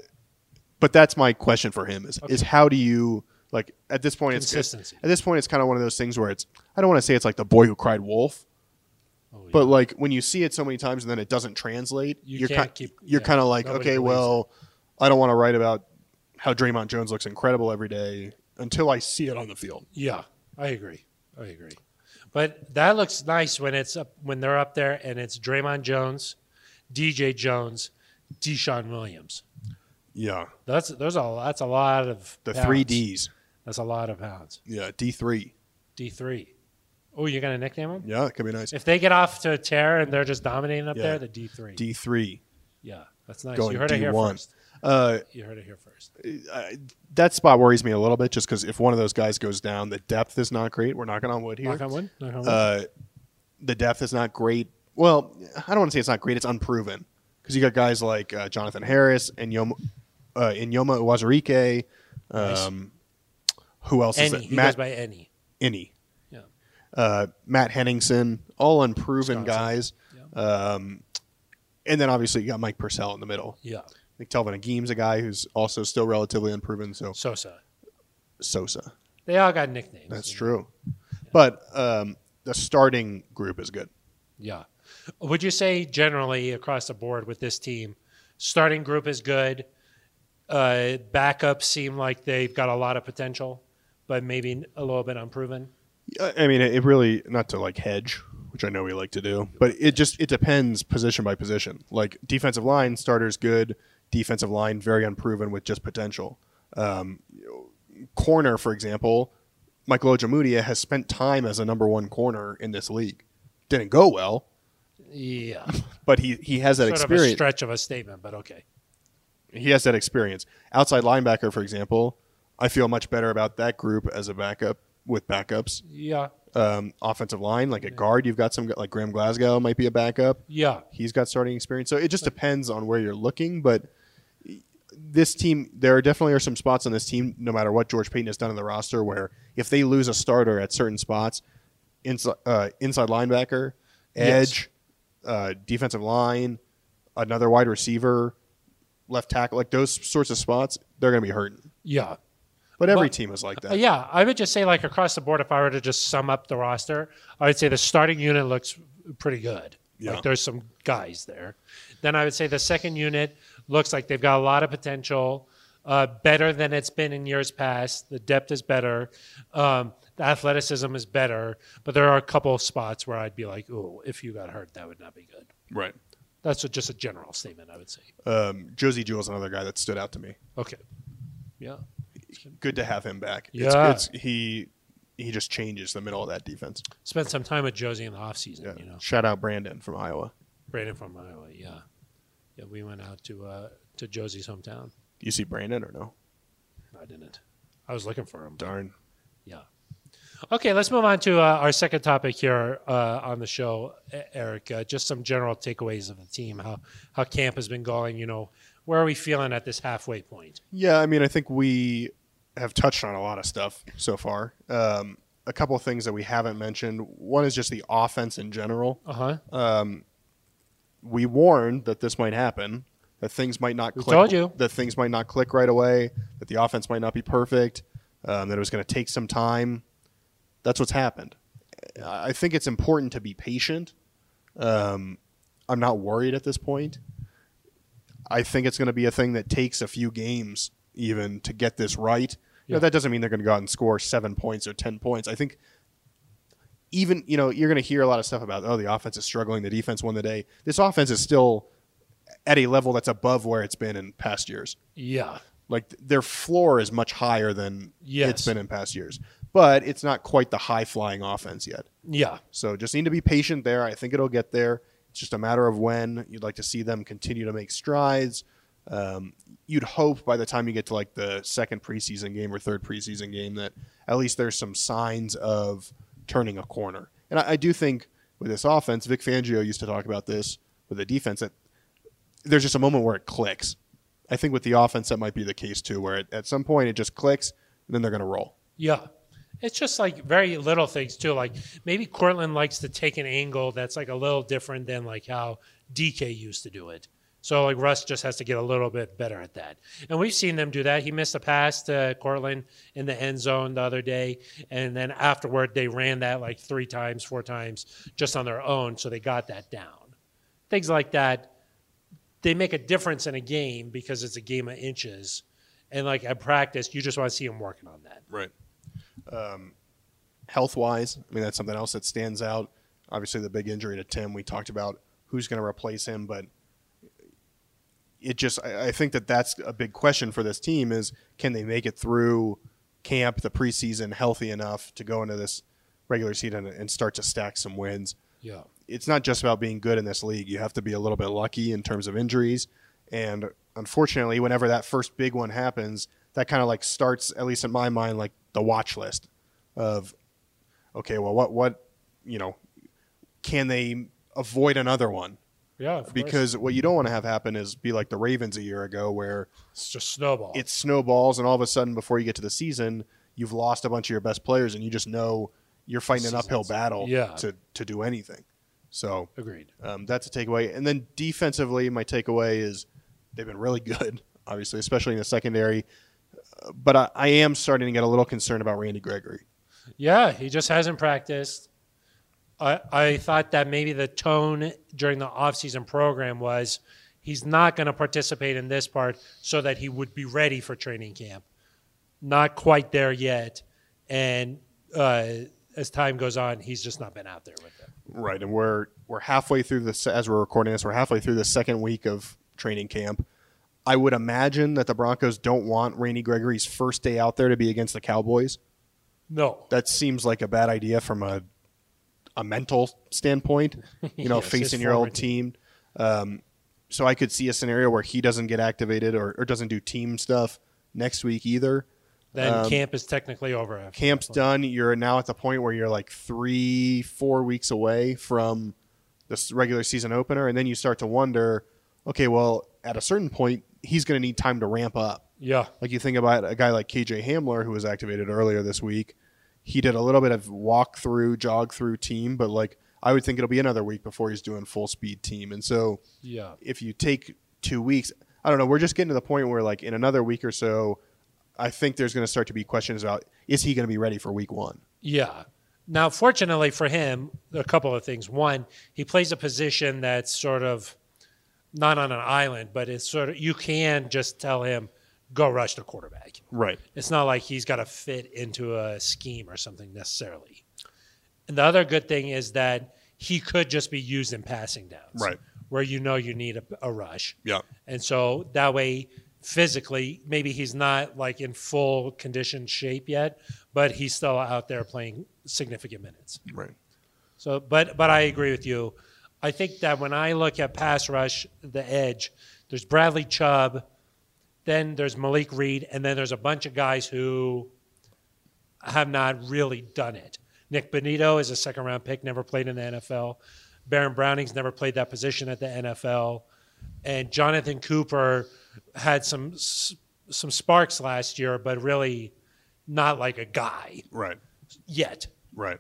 [SPEAKER 2] but that's my question for him is is how do you like at this point it's, it's
[SPEAKER 1] consistency.
[SPEAKER 2] at this point it's kind of one of those things where it's I don't want to say it's like the boy who cried wolf,
[SPEAKER 1] Oh, yeah.
[SPEAKER 2] But like when you see it so many times and then it doesn't translate,
[SPEAKER 1] You
[SPEAKER 2] are
[SPEAKER 1] can't keep-
[SPEAKER 2] you're
[SPEAKER 1] yeah,
[SPEAKER 2] kind of like,
[SPEAKER 1] nobody
[SPEAKER 2] okay,
[SPEAKER 1] believes
[SPEAKER 2] well, I don't want to write about how Draymond Jones looks incredible every day until I see it on the field.
[SPEAKER 1] Yeah, I agree. I agree. But that looks nice when it's up when they're up there and it's Draymond Jones, DJ Jones, Deshaun Williams.
[SPEAKER 2] Yeah,
[SPEAKER 1] That's there's a that's a lot of
[SPEAKER 2] the
[SPEAKER 1] pounds.
[SPEAKER 2] three Ds.
[SPEAKER 1] That's a lot of pounds.
[SPEAKER 2] Yeah, D three.
[SPEAKER 1] D three. Oh, you're gonna nickname them
[SPEAKER 2] Yeah, it could be nice.
[SPEAKER 1] if they get off to a tear and they're just dominating up
[SPEAKER 2] Yeah.
[SPEAKER 1] there. The D three.
[SPEAKER 2] D three
[SPEAKER 1] Yeah, that's nice.
[SPEAKER 2] going
[SPEAKER 1] you heard it
[SPEAKER 2] D
[SPEAKER 1] here
[SPEAKER 2] one.
[SPEAKER 1] first.
[SPEAKER 2] Uh,
[SPEAKER 1] You heard it here first.
[SPEAKER 2] I- that spot worries me a little bit, just because if one of those guys goes down, the depth is not great. We're knocking on wood here.
[SPEAKER 1] Knock on wood. Knock on wood.
[SPEAKER 2] Uh, the depth is not great. Well, I don't want to say it's not great. It's unproven because you got guys like uh, Jonathan Harris and Yoma, uh, and Yoma Uwazurike. Um, Who else
[SPEAKER 1] any.
[SPEAKER 2] is it?
[SPEAKER 1] He goes
[SPEAKER 2] Matt
[SPEAKER 1] by any.
[SPEAKER 2] Innie.
[SPEAKER 1] Yeah.
[SPEAKER 2] Uh, Matt Henningsen, all
[SPEAKER 1] Wisconsin.
[SPEAKER 2] unproven guys.
[SPEAKER 1] Yeah.
[SPEAKER 2] Um, and then obviously you got Mike Purcell in the middle.
[SPEAKER 1] Yeah.
[SPEAKER 2] I think Telvin Aguim's a guy who's also still relatively unproven. So
[SPEAKER 1] Sosa.
[SPEAKER 2] Sosa,
[SPEAKER 1] They all got nicknames.
[SPEAKER 2] that's
[SPEAKER 1] you know?
[SPEAKER 2] true. But um, the starting group is good.
[SPEAKER 1] Yeah. Would you say generally across the board with this team, starting group is good? Uh, backups seem like they've got a lot of potential, but maybe a little bit unproven.
[SPEAKER 2] I I mean, it really not to like hedge, which I know we like to do, but it just it depends position by position. Like defensive line starters good, defensive line very unproven with just potential. Um, corner, for example, Michael Ojemudia has spent time as a number one corner in this league. Didn't go well,
[SPEAKER 1] Yeah.
[SPEAKER 2] but he he has that
[SPEAKER 1] sort of a
[SPEAKER 2] experience.
[SPEAKER 1] stretch of a statement, but okay.
[SPEAKER 2] he has that experience. Outside linebacker, for example, I feel much better about that group as a backup with backups.
[SPEAKER 1] Yeah.
[SPEAKER 2] um, offensive line, like at guard, you've got some like Graham Glasgow might be a backup.
[SPEAKER 1] Yeah.
[SPEAKER 2] He's got starting experience, so it just depends on where you're looking. But this team, there are definitely are some spots on this team, no matter what George Payton has done in the roster, where if they lose a starter at certain spots, inside uh, inside linebacker, edge, uh, defensive line, another wide receiver, left tackle, like those sorts of spots, they're going to be hurting.
[SPEAKER 1] Yeah.
[SPEAKER 2] But every
[SPEAKER 1] But-
[SPEAKER 2] team is like
[SPEAKER 1] Uh,
[SPEAKER 2] that.
[SPEAKER 1] Yeah, I would just say like across the board. If I were to just sum up the roster, I would say the starting unit looks pretty good.
[SPEAKER 2] Yeah.
[SPEAKER 1] Like there's some guys there. Then I would say the second unit looks like they've got a lot of potential, uh, better than it's been in years past. The depth is better, um, the athleticism is better, but there are a couple of spots where I'd be like, "Ooh, if you got hurt, that would not be good."
[SPEAKER 2] Right.
[SPEAKER 1] That's a, just a general statement, I would say.
[SPEAKER 2] Um, Josie Jewell's another guy that stood out to me.
[SPEAKER 1] Okay. Yeah.
[SPEAKER 2] good to have him back.
[SPEAKER 1] Yeah.
[SPEAKER 2] It's, it's, he he just changes the middle of that defense.
[SPEAKER 1] Spent some time with Josie in the offseason,
[SPEAKER 2] Yeah.
[SPEAKER 1] you know.
[SPEAKER 2] Shout out Brandon from Iowa.
[SPEAKER 1] Brandon from Iowa, yeah. Yeah, we went out to uh, to Josie's hometown.
[SPEAKER 2] You see Brandon or no?
[SPEAKER 1] I didn't. I was looking for him.
[SPEAKER 2] Darn.
[SPEAKER 1] Yeah. Okay, let's move on to uh, our second topic here uh, on the show, E- Eric. Uh, just some general takeaways of the team, how how camp has been going. You know, where are we feeling at this halfway point?
[SPEAKER 2] Yeah, I mean, I think we have touched on a lot of stuff so far. Um, a couple of things that we haven't mentioned. One is just the offense in general.
[SPEAKER 1] Uh huh.
[SPEAKER 2] we warned that this might happen, that things might not
[SPEAKER 1] We
[SPEAKER 2] click.
[SPEAKER 1] told you.
[SPEAKER 2] That things might not click right away, that the offense might not be perfect, um, that it was going to take some time. That's what's happened. I I think it's important to be patient. Um, I'm not worried at this point. I think it's going to be a thing that takes a few games even to get this right. You
[SPEAKER 1] Yeah.
[SPEAKER 2] know, that doesn't mean they're going to go out and score seven points or 10 points. I think even you know you're going to hear a lot of stuff about oh the offense is struggling the defense won the day this offense is still at a level that's above where it's been in past years
[SPEAKER 1] Yeah.
[SPEAKER 2] like th- their floor is much higher than
[SPEAKER 1] Yes.
[SPEAKER 2] it's been in past years but it's not quite the high flying offense yet
[SPEAKER 1] Yeah.
[SPEAKER 2] so just need to be patient there i think it'll get there it's just a matter of when you'd like to see them continue to make strides um, you'd hope by the time you get to like the second preseason game or third preseason game that at least there's some signs of turning a corner. And I, I do think with this offense, Vic Fangio used to talk about this with the defense that there's just a moment where it clicks. I think with the offense that might be the case too, where it, at some point it just clicks and then they're going to roll.
[SPEAKER 1] Yeah. It's just like very little things too. Like maybe Cortland likes to take an angle that's like a little different than like how DK used to do it. So like Russ just has to get a little bit better at that. And we've seen them do that. He missed a pass to Cortland in the end zone the other day, and then afterward they ran that like three times, four times just on their own, so they got that down. Things like that, they make a difference in a game because it's a game of inches. And like at practice, you just want to see him working on that.
[SPEAKER 2] Right. Um, health wise, I mean, that's something else that stands out. Obviously, the big injury to Tim, we talked about who's going to replace him, but it just, I, I think that that's a big question for this team is can they make it through camp, the preseason, healthy enough to go into this regular season and, and start to stack some wins?
[SPEAKER 1] Yeah.
[SPEAKER 2] It's not just about being good in this league. You have to be a little bit lucky in terms of injuries. And unfortunately, whenever that first big one happens, that kind of like starts, at least in my mind, like the watch list of okay, well, what what you know, can they avoid another one?
[SPEAKER 1] Yeah. of course.
[SPEAKER 2] Because what you don't want to have happen is be like the Ravens a year ago, where
[SPEAKER 1] it's just snowball.
[SPEAKER 2] it snowballs, and all of a sudden, before you get to the season, you've lost a bunch of your best players, and you just know you're fighting an uphill battle
[SPEAKER 1] Yeah.
[SPEAKER 2] to to do anything. So
[SPEAKER 1] agreed.
[SPEAKER 2] um, that's a takeaway. And then defensively, my takeaway is they've been really good, obviously, especially in the secondary. Uh, But I, I am starting to get a little concerned about Randy Gregory.
[SPEAKER 1] Yeah, he just hasn't practiced. I, I thought that maybe the tone during the offseason program was he's not going to participate in this part so that he would be ready for training camp. Not quite there yet. And uh, as time goes on, he's just not been out there with them.
[SPEAKER 2] Right, and we're we're halfway through this as we're recording this. We're halfway through the second week of training camp. I would imagine that the Broncos don't want Randy Gregory's first day out there to be against the Cowboys.
[SPEAKER 1] No.
[SPEAKER 2] That seems like a bad idea from a a mental standpoint. You know,
[SPEAKER 1] Yes, his
[SPEAKER 2] facing your
[SPEAKER 1] former
[SPEAKER 2] old team. Um, so I could see a scenario where he doesn't get activated or, or doesn't do team stuff next week either.
[SPEAKER 1] Then
[SPEAKER 2] Um,
[SPEAKER 1] camp is technically over. after
[SPEAKER 2] Camp's
[SPEAKER 1] that.
[SPEAKER 2] done. You're now at the point where you're like three, four weeks away from this regular season opener, and then you start to wonder, okay, well, at a certain point, he's going to need time to ramp up.
[SPEAKER 1] Yeah.
[SPEAKER 2] Like you think about a guy like KJ Hamler, who was activated earlier this week. He did a little bit of walk through, jog through team, but like I would think it'll be another week before he's doing full speed team. And so
[SPEAKER 1] Yeah.
[SPEAKER 2] if you take two weeks, I don't know. We're just getting to the point where, like, in another week or so, I think there's going to start to be questions about is he going to be ready for week one?
[SPEAKER 1] Yeah. Now, fortunately for him, a couple of things. One, he plays a position that's sort of not on an island, but it's sort of you can just tell him go rush the quarterback.
[SPEAKER 2] Right.
[SPEAKER 1] It's not like he's got to fit into a scheme or something necessarily. And the other good thing is that he could just be used in passing downs,
[SPEAKER 2] Right.
[SPEAKER 1] Where you know you need a, a rush.
[SPEAKER 2] Yeah.
[SPEAKER 1] And so that way, physically, maybe he's not like in full condition shape yet, but he's still out there playing significant minutes.
[SPEAKER 2] Right.
[SPEAKER 1] So, but but I agree with you. I think that when I look at pass rush, the edge, there's Bradley Chubb, then there's Malik Reed, and then there's a bunch of guys who have not really done it. Nick Benito is a second round pick, never played in the NFL. Baron Browning's never played that position at the NFL, and Jonathan Cooper had some s- some sparks last year, but really not like a guy
[SPEAKER 2] Right.
[SPEAKER 1] yet.
[SPEAKER 2] Right.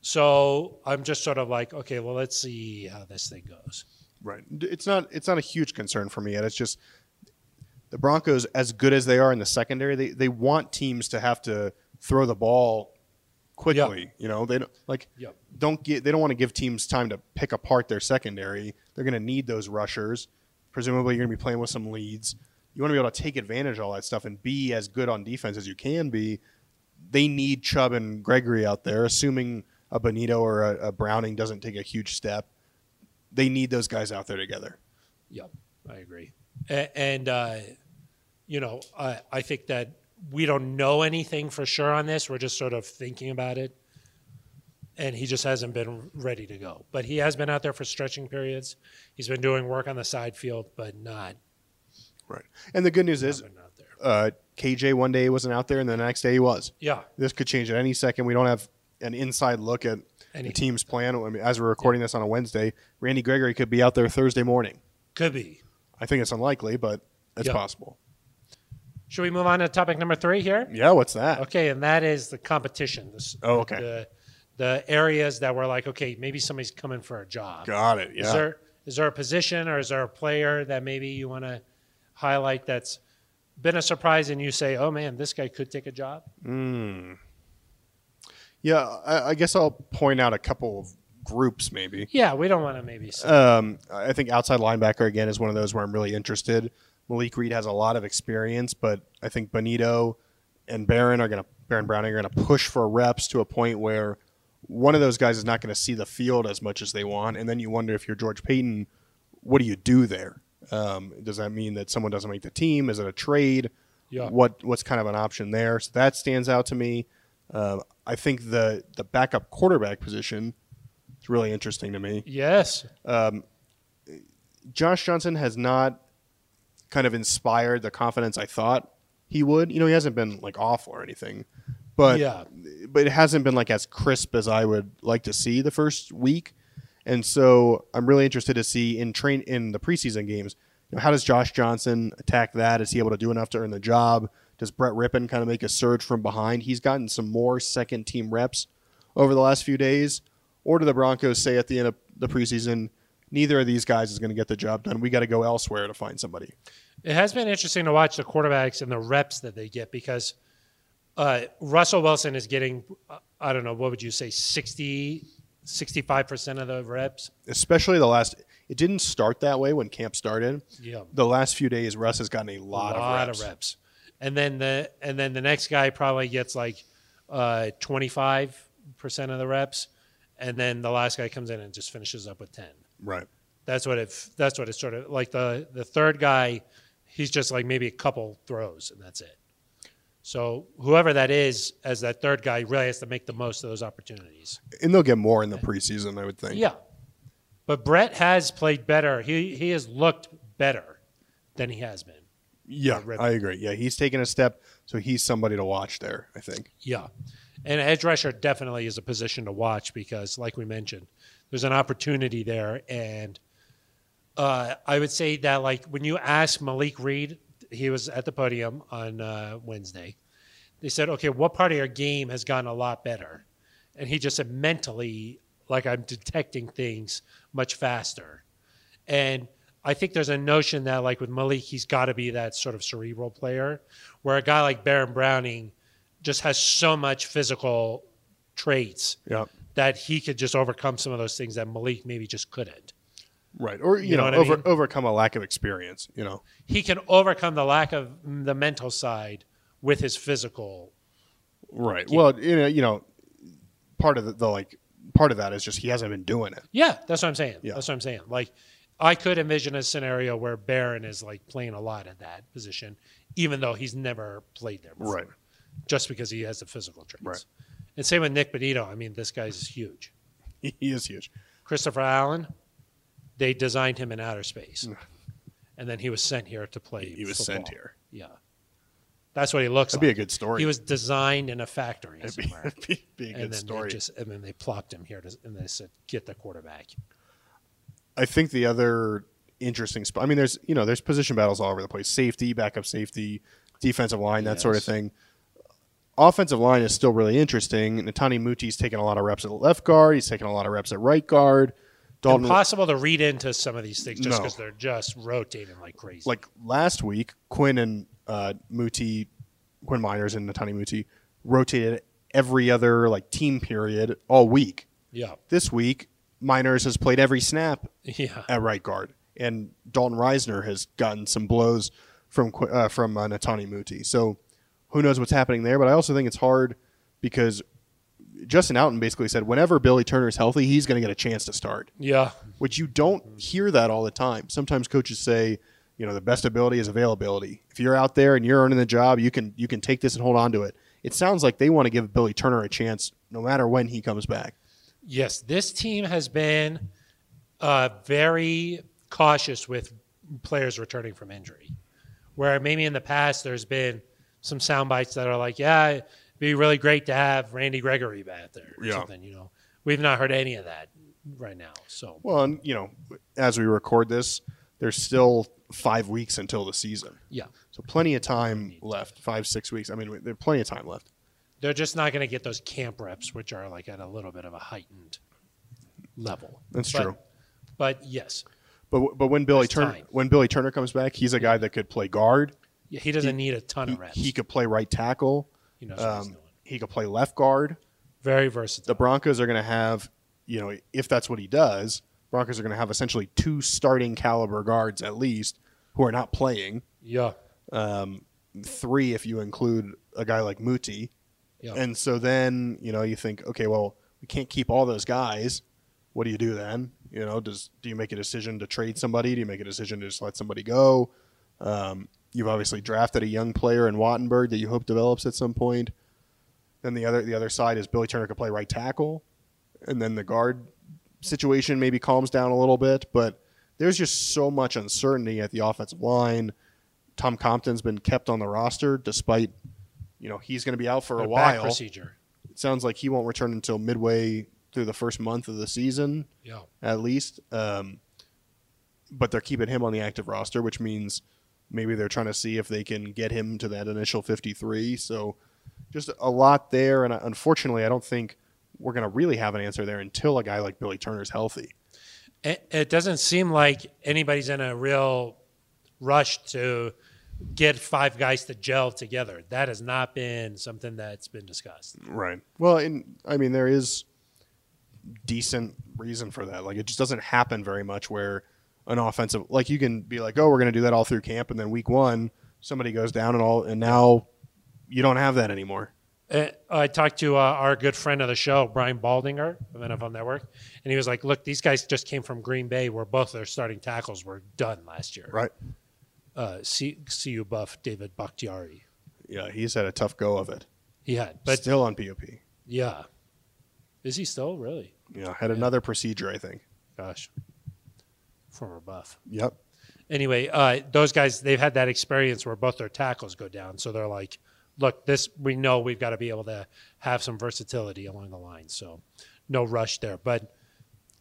[SPEAKER 1] So I'm just sort of like, okay, well, let's see how this thing goes.
[SPEAKER 2] Right. D- It's not. It's not a huge concern for me yet. It's just the Broncos, as good as they are in the secondary, they they want teams to have to throw the ball quickly. You know, they don't like
[SPEAKER 1] Yep.
[SPEAKER 2] don't get they don't want to give teams time to pick apart their secondary. They're going to need those rushers. Presumably, you're going to be playing with some leads. You want to be able to take advantage of all that stuff and be as good on defense as you can be. They need Chubb and Gregory out there, assuming a Benito or a, a Browning doesn't take a huge step. They need those guys out there together.
[SPEAKER 1] Yep. I agree. And, and uh, you know, I, I think that we don't know anything for sure on this. We're just sort of thinking about it. And he just hasn't been ready to go. But he has been out there for stretching periods. He's been doing work on the side field, but not,
[SPEAKER 2] Right. And the good news
[SPEAKER 1] not
[SPEAKER 2] is,
[SPEAKER 1] been out there.
[SPEAKER 2] uh, KJ one day wasn't out there, and the next day he was.
[SPEAKER 1] Yeah.
[SPEAKER 2] this could change at any second. We don't have an inside look at
[SPEAKER 1] Any-
[SPEAKER 2] the team's plan. I mean, as we're recording this on a Wednesday, Randy Gregory could be out there Thursday morning.
[SPEAKER 1] Could be.
[SPEAKER 2] I think it's unlikely, but it's
[SPEAKER 1] Yeah.
[SPEAKER 2] possible.
[SPEAKER 1] Should we move on to topic number three here?
[SPEAKER 2] Yeah, what's that?
[SPEAKER 1] Okay, and that is the competition. This,
[SPEAKER 2] Oh, okay.
[SPEAKER 1] The, the areas that were like, okay, maybe somebody's coming for a job.
[SPEAKER 2] Got it.
[SPEAKER 1] Is there Is there a position or is there a player that maybe you want to highlight that's been a surprise and you say, oh man, this guy could take a job?
[SPEAKER 2] Hmm. Yeah, I, I guess I'll point out a couple of groups maybe.
[SPEAKER 1] Yeah, we don't want to maybe. Say.
[SPEAKER 2] Um, I think outside linebacker again is one of those where I'm really interested. Malik Reed has a lot of experience, but I think Benito and Barron are going to Barron Browning are going to push for reps to a point where one of those guys is not going to see the field as much as they want, and then you wonder if you're George Payton, what do you do there? Um, does that mean that someone doesn't make the team? Is it a trade?
[SPEAKER 1] Yeah.
[SPEAKER 2] What what's kind of an option there? So that stands out to me. Um, I think the the backup quarterback position is really interesting to me.
[SPEAKER 1] yes.
[SPEAKER 2] Josh Johnson has not kind of inspired the confidence I thought he would. You know, he hasn't been like awful or anything, but
[SPEAKER 1] Yeah.
[SPEAKER 2] but it hasn't been like as crisp as I would like to see the first week. And so I'm really interested to see in train in the preseason games. You know, how does Josh Johnson attack that? Is he able to do enough to earn the job? Does Brett Rippon kind of make a surge from behind? He's gotten some more second team reps over the last few days. Or do the Broncos say at the end of the preseason, neither of these guys is going to get the job done. We got to go elsewhere to find somebody.
[SPEAKER 1] It has been interesting to watch the quarterbacks and the reps that they get because uh, Russell Wilson is getting, uh, I don't know, what would you say, 60, 65% of the reps?
[SPEAKER 2] Especially the last. It didn't start that way when camp started.
[SPEAKER 1] Yeah.
[SPEAKER 2] The last few days, Russ has gotten a lot, of, reps.
[SPEAKER 1] And then the and then the next guy probably gets like twenty five percent of the reps, and then the last guy comes in and just finishes up with ten.
[SPEAKER 2] Right.
[SPEAKER 1] That's what it. That's what it's sort of like the the third guy. He's just like maybe a couple throws and that's it. So whoever that is, as that third guy, really has to make the most of those opportunities.
[SPEAKER 2] And they'll get more in the preseason, I would think.
[SPEAKER 1] Yeah, but Brett has played better. He he has looked better than he has been.
[SPEAKER 2] Yeah,
[SPEAKER 1] Rip-
[SPEAKER 2] I agree. Yeah, he's taken a step, so he's somebody to watch there, I think.
[SPEAKER 1] Yeah. And edge rusher definitely is a position to watch because, like we mentioned, there's an opportunity there. And uh, I would say that, like, when you ask Malik Reed, he was at the podium on uh, Wednesday. They said, okay, what part of your game has gotten a lot better? And he just said, mentally, like, I'm detecting things much faster. And I think there's a notion that, like with Malik, he's got to be that sort of cerebral player, where a guy like Baron Browning just has so much physical traits
[SPEAKER 2] Yeah.
[SPEAKER 1] that he could just overcome some of those things that Malik maybe just couldn't.
[SPEAKER 2] Right. Or you,
[SPEAKER 1] You know
[SPEAKER 2] know,
[SPEAKER 1] what I
[SPEAKER 2] over
[SPEAKER 1] mean?
[SPEAKER 2] overcome a lack of experience, you know.
[SPEAKER 1] He can overcome the lack of the mental side with his physical.
[SPEAKER 2] Right. Well, you know, you know, part of the, the like part of that is just he hasn't been doing it.
[SPEAKER 1] Yeah, that's what I'm saying.
[SPEAKER 2] Yeah.
[SPEAKER 1] That's what I'm saying. Like, I could envision a scenario where Baron is like playing a lot at that position, even though he's never played there before.
[SPEAKER 2] Right.
[SPEAKER 1] Just because he has the physical traits.
[SPEAKER 2] Right.
[SPEAKER 1] And same with Nick Benito. I mean, this guy's huge.
[SPEAKER 2] He is huge.
[SPEAKER 1] Christopher Allen, they designed him in outer space. and then he was sent here to play.
[SPEAKER 2] Mm. He was sent
[SPEAKER 1] football.
[SPEAKER 2] here.
[SPEAKER 1] Yeah. That's what he looks
[SPEAKER 2] That'd be
[SPEAKER 1] like.
[SPEAKER 2] a good story.
[SPEAKER 1] he was designed in a factory
[SPEAKER 2] That'd be,
[SPEAKER 1] somewhere.
[SPEAKER 2] be- be a
[SPEAKER 1] and
[SPEAKER 2] good
[SPEAKER 1] then
[SPEAKER 2] story.
[SPEAKER 1] They just, and then they plopped him here to, and they said, get the quarterback.
[SPEAKER 2] I think the other interesting spot. I mean, there's you know there's position battles all over the place. Safety, backup safety, defensive line, that sort of
[SPEAKER 1] Yes.
[SPEAKER 2] thing. Offensive line is still really interesting. Natani Muti's taken a lot of reps at left guard. He's taken a lot of reps at right guard. Dalton,
[SPEAKER 1] Impossible to read into some of these things just
[SPEAKER 2] No.
[SPEAKER 1] because they're just rotating like crazy.
[SPEAKER 2] like last week, Quinn and uh, Muti, Quinn Miners and Natani Muti rotated every other like team period all week.
[SPEAKER 1] yeah.
[SPEAKER 2] This week, Miners has played every snap
[SPEAKER 1] Yeah.
[SPEAKER 2] at right guard, and Dalton Reisner has gotten some blows from Qu- uh, from uh, Natani Muti. So who knows what's happening there? But I also think it's hard because Justin Outen basically said whenever Billy Turner's healthy, he's going to get a chance to start,
[SPEAKER 1] Yeah.
[SPEAKER 2] which you don't hear that all the time. Sometimes coaches say, you know, the best ability is availability. If you're out there and you're earning the job, you can you can take this and hold on to it. It sounds like they want to give Billy Turner a chance no matter when he comes back.
[SPEAKER 1] Yes, this team has been uh, very cautious with players returning from injury. Where maybe in the past there's been some sound bites that are like, "Yeah, it'd be really great to have Randy Gregory back there." Or
[SPEAKER 2] Yeah.
[SPEAKER 1] something you know. We've not heard any of that right now. So
[SPEAKER 2] Well, and you know, as we record this, there's still five weeks until the season,
[SPEAKER 1] yeah,
[SPEAKER 2] so plenty of time left. Five, six weeks. I mean, there's plenty of time left.
[SPEAKER 1] they're just not going to get those camp reps, which are like at a little bit of a heightened level.
[SPEAKER 2] That's
[SPEAKER 1] But-
[SPEAKER 2] true.
[SPEAKER 1] But yes,
[SPEAKER 2] But w- but when Billy
[SPEAKER 1] There's
[SPEAKER 2] Turner
[SPEAKER 1] time.
[SPEAKER 2] when Billy Turner comes back, he's a guy that could play guard.
[SPEAKER 1] Yeah, he doesn't need a ton
[SPEAKER 2] He,
[SPEAKER 1] of reps.
[SPEAKER 2] he could play right tackle.
[SPEAKER 1] He knows what he's
[SPEAKER 2] Um,
[SPEAKER 1] doing.
[SPEAKER 2] he could play left guard.
[SPEAKER 1] Very versatile.
[SPEAKER 2] The Broncos are going to have, you know, if that's what he does, Broncos are going to have essentially two starting caliber guards at least who are not playing.
[SPEAKER 1] yeah.
[SPEAKER 2] um, Three if you include a guy like Muti.
[SPEAKER 1] Yeah.
[SPEAKER 2] And so then, you know, you think, okay, well, we can't keep all those guys. What do you do then? You know, does do you make a decision to trade somebody? Do you make a decision to just let somebody go? Um, you've obviously drafted a young player in Wattenberg that you hope develops at some point. Then the other the other side is Billy Turner could play right tackle, and then the guard situation maybe calms down a little bit. But there's just so much uncertainty at the offensive line. Tom Compton's been kept on the roster despite, you know, he's going to be out for
[SPEAKER 1] But
[SPEAKER 2] a
[SPEAKER 1] back
[SPEAKER 2] while
[SPEAKER 1] procedure.
[SPEAKER 2] it sounds like he won't return until midway through the first month of the season
[SPEAKER 1] Yeah.
[SPEAKER 2] at least um, but they're keeping him on the active roster which means maybe they're trying to see if they can get him to that initial 53 so just a lot there and I- unfortunately i don't think we're going to really have an answer there until a guy like billy turner's healthy
[SPEAKER 1] It, it doesn't seem like anybody's in a real rush to get five guys to gel together. That has not been something that's been discussed.
[SPEAKER 2] right well and i mean there is decent reason for that like it just doesn't happen very much where an offensive like you can be like oh we're going to do that all through camp and then week one somebody goes down and all and now you don't have that anymore
[SPEAKER 1] Uh, I talked to uh, our good friend of the show, Brian Baldinger of NFL Network, and he was like, "Look, these guys just came from Green Bay, where both their starting tackles were done last year.
[SPEAKER 2] right
[SPEAKER 1] Uh, C- CU Buff, David Bakhtiari,
[SPEAKER 2] yeah he's had a tough go of it
[SPEAKER 1] he had, but
[SPEAKER 2] still on pop
[SPEAKER 1] yeah, is he still really?
[SPEAKER 2] yeah had another procedure i think
[SPEAKER 1] Gosh, former Buff.
[SPEAKER 2] yep
[SPEAKER 1] anyway, uh, those guys they've had that experience where both their tackles go down, so they're like, "Look, this we know we've got to be able to have some versatility along the line." So, no rush there. But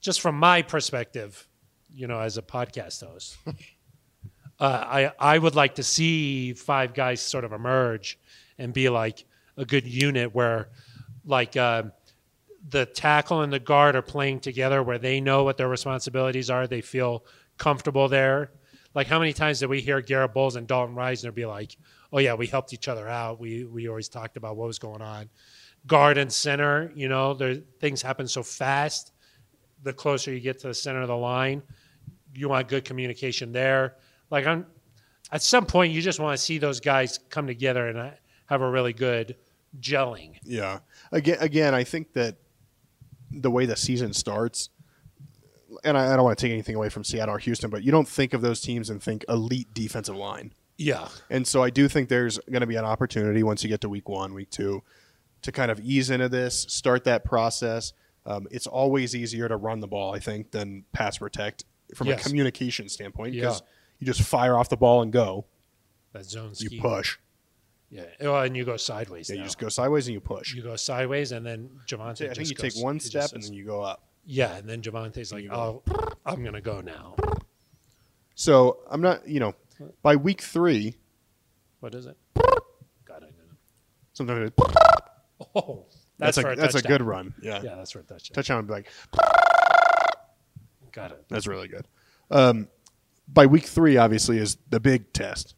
[SPEAKER 1] just from my perspective, you know, as a podcast host, uh, I I would like to see five guys sort of emerge and be like a good unit where, like. um the tackle and the guard are playing together where they know what their responsibilities are. They feel comfortable there. Like how many times did we hear Garrett Bowles and Dalton Reisner be like, "Oh yeah, we helped each other out. We we always talked about what was going on." Guard and center, you know, there things happen so fast. The closer you get to the center of the line, you want good communication there. Like I'm, at some point, you just want to see those guys come together and uh, have a really good gelling.
[SPEAKER 2] Yeah. Again, again, I think that the way the season starts, and I, I don't want to take anything away from Seattle or Houston, but you don't think of those teams and think elite defensive line.
[SPEAKER 1] Yeah,
[SPEAKER 2] And so I do think there's going to be an opportunity once you get to week one, week two, to kind of ease into this, start that process. Um, it's always easier to run the ball, I think, than pass protect from
[SPEAKER 1] Yes.
[SPEAKER 2] a communication standpoint
[SPEAKER 1] Yeah.
[SPEAKER 2] because you just fire off the ball and go.
[SPEAKER 1] that zone
[SPEAKER 2] You
[SPEAKER 1] scheme.
[SPEAKER 2] push.
[SPEAKER 1] Yeah, well, and you go sideways.
[SPEAKER 2] Yeah, you
[SPEAKER 1] now.
[SPEAKER 2] just go sideways and you push.
[SPEAKER 1] You go sideways, and then Javante.
[SPEAKER 2] I think
[SPEAKER 1] just
[SPEAKER 2] you take
[SPEAKER 1] goes-
[SPEAKER 2] one
[SPEAKER 1] he just
[SPEAKER 2] step and
[SPEAKER 1] says-
[SPEAKER 2] then you go up.
[SPEAKER 1] yeah, and then Javante's like, "Oh, I'm gonna go now."
[SPEAKER 2] So I'm not, you know, by week three,
[SPEAKER 1] What is it? God, I didn't.
[SPEAKER 2] sometimes it-
[SPEAKER 1] Oh, that's,
[SPEAKER 2] that's,
[SPEAKER 1] for
[SPEAKER 2] a
[SPEAKER 1] a
[SPEAKER 2] that's a
[SPEAKER 1] touchdown.
[SPEAKER 2] good run. Yeah,
[SPEAKER 1] Yeah, that's for a touchdown.
[SPEAKER 2] touchdown would be like
[SPEAKER 1] Got it.
[SPEAKER 2] that's really good. Um, by week three, obviously, is the big test.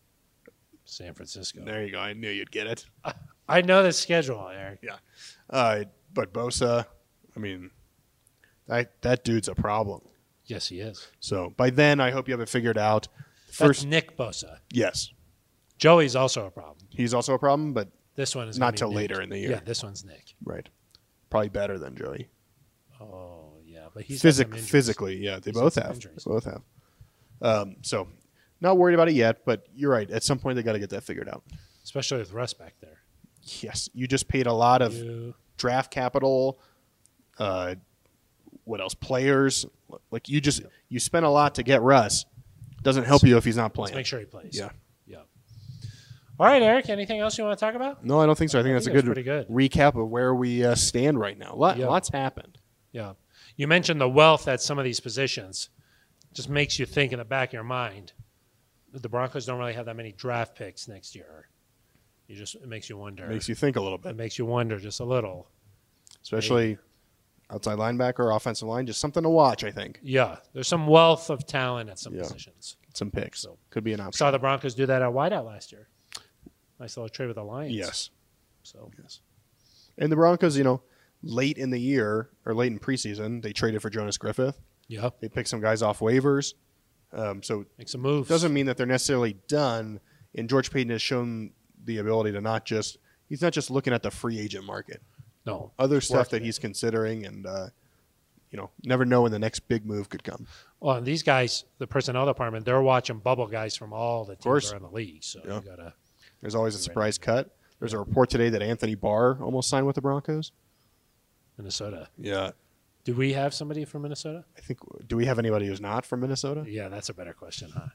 [SPEAKER 1] San Francisco.
[SPEAKER 2] There you go. I knew you'd get it.
[SPEAKER 1] I know the schedule, Eric.
[SPEAKER 2] Yeah, uh, but Bosa, I mean, I, that dude's a problem.
[SPEAKER 1] Yes, he is.
[SPEAKER 2] So by then, I hope you have it figured out.
[SPEAKER 1] First,
[SPEAKER 2] First,
[SPEAKER 1] Nick Bosa.
[SPEAKER 2] yes,
[SPEAKER 1] Joey's also a problem.
[SPEAKER 2] he's also a problem, but
[SPEAKER 1] This one is
[SPEAKER 2] Not
[SPEAKER 1] gonna be
[SPEAKER 2] till
[SPEAKER 1] Nick.
[SPEAKER 2] later in the year.
[SPEAKER 1] Yeah, this one's Nick.
[SPEAKER 2] right, probably better than Joey.
[SPEAKER 1] Oh, yeah, but he's had
[SPEAKER 2] Physic-
[SPEAKER 1] some injuries.
[SPEAKER 2] physically, yeah, they
[SPEAKER 1] He's had
[SPEAKER 2] both
[SPEAKER 1] some
[SPEAKER 2] have.
[SPEAKER 1] injuries.
[SPEAKER 2] They both have. Um, so, not worried about it yet, but you're right. At some point, they got to get that figured out.
[SPEAKER 1] especially with Russ back there.
[SPEAKER 2] Yes, you just paid a lot of
[SPEAKER 1] You-
[SPEAKER 2] draft capital. Uh, what else? Players. Like you just you spent a lot to get Russ. Doesn't help you if he's not
[SPEAKER 1] let's
[SPEAKER 2] playing.
[SPEAKER 1] make sure he plays.
[SPEAKER 2] Yeah.
[SPEAKER 1] yeah. All right, Eric. Anything else you want to talk about?
[SPEAKER 2] No, I don't think so. I think
[SPEAKER 1] I
[SPEAKER 2] that's
[SPEAKER 1] think
[SPEAKER 2] a
[SPEAKER 1] that's
[SPEAKER 2] good,
[SPEAKER 1] pretty good.
[SPEAKER 2] recap of where we uh, stand right now. Lot,
[SPEAKER 1] Yeah.
[SPEAKER 2] Lots happened.
[SPEAKER 1] Yeah. You mentioned the wealth at some of these positions. Just makes you think in the back of your mind that the Broncos don't really have that many draft picks next year. You just it makes you wonder.
[SPEAKER 2] Makes you think a little bit,
[SPEAKER 1] it makes you wonder just a little.
[SPEAKER 2] especially outside linebacker, offensive line, just something to watch. I think
[SPEAKER 1] Yeah, there's some wealth of talent at some
[SPEAKER 2] Yeah.
[SPEAKER 1] positions.
[SPEAKER 2] some picks could be an option.
[SPEAKER 1] Saw the Broncos do that at wideout last year. Nice little trade with the Lions.
[SPEAKER 2] Yes,
[SPEAKER 1] So yes.
[SPEAKER 2] and the Broncos, you know, late in the year or late in preseason, they traded for Jonas Griffith.
[SPEAKER 1] Yeah.
[SPEAKER 2] They picked some guys off waivers. Um, so
[SPEAKER 1] Make some moves.
[SPEAKER 2] doesn't mean that they're necessarily done. And George Payton has shown the ability to not just he's not just looking at the free agent market,
[SPEAKER 1] no.
[SPEAKER 2] other stuff
[SPEAKER 1] working
[SPEAKER 2] that he's considering, and uh, you know, never know when the next big move could come.
[SPEAKER 1] Well, and these guys, the personnel department, they're watching bubble guys from all the
[SPEAKER 2] course.
[SPEAKER 1] teams around the league. So
[SPEAKER 2] Yeah.
[SPEAKER 1] you gotta
[SPEAKER 2] There's always a surprise cut. There's a report today that Anthony Barr almost signed with the Broncos.
[SPEAKER 1] Minnesota.
[SPEAKER 2] Yeah,
[SPEAKER 1] Do we have somebody from Minnesota?
[SPEAKER 2] I think. Do we have anybody who's not from Minnesota?
[SPEAKER 1] Yeah, that's a better question, huh?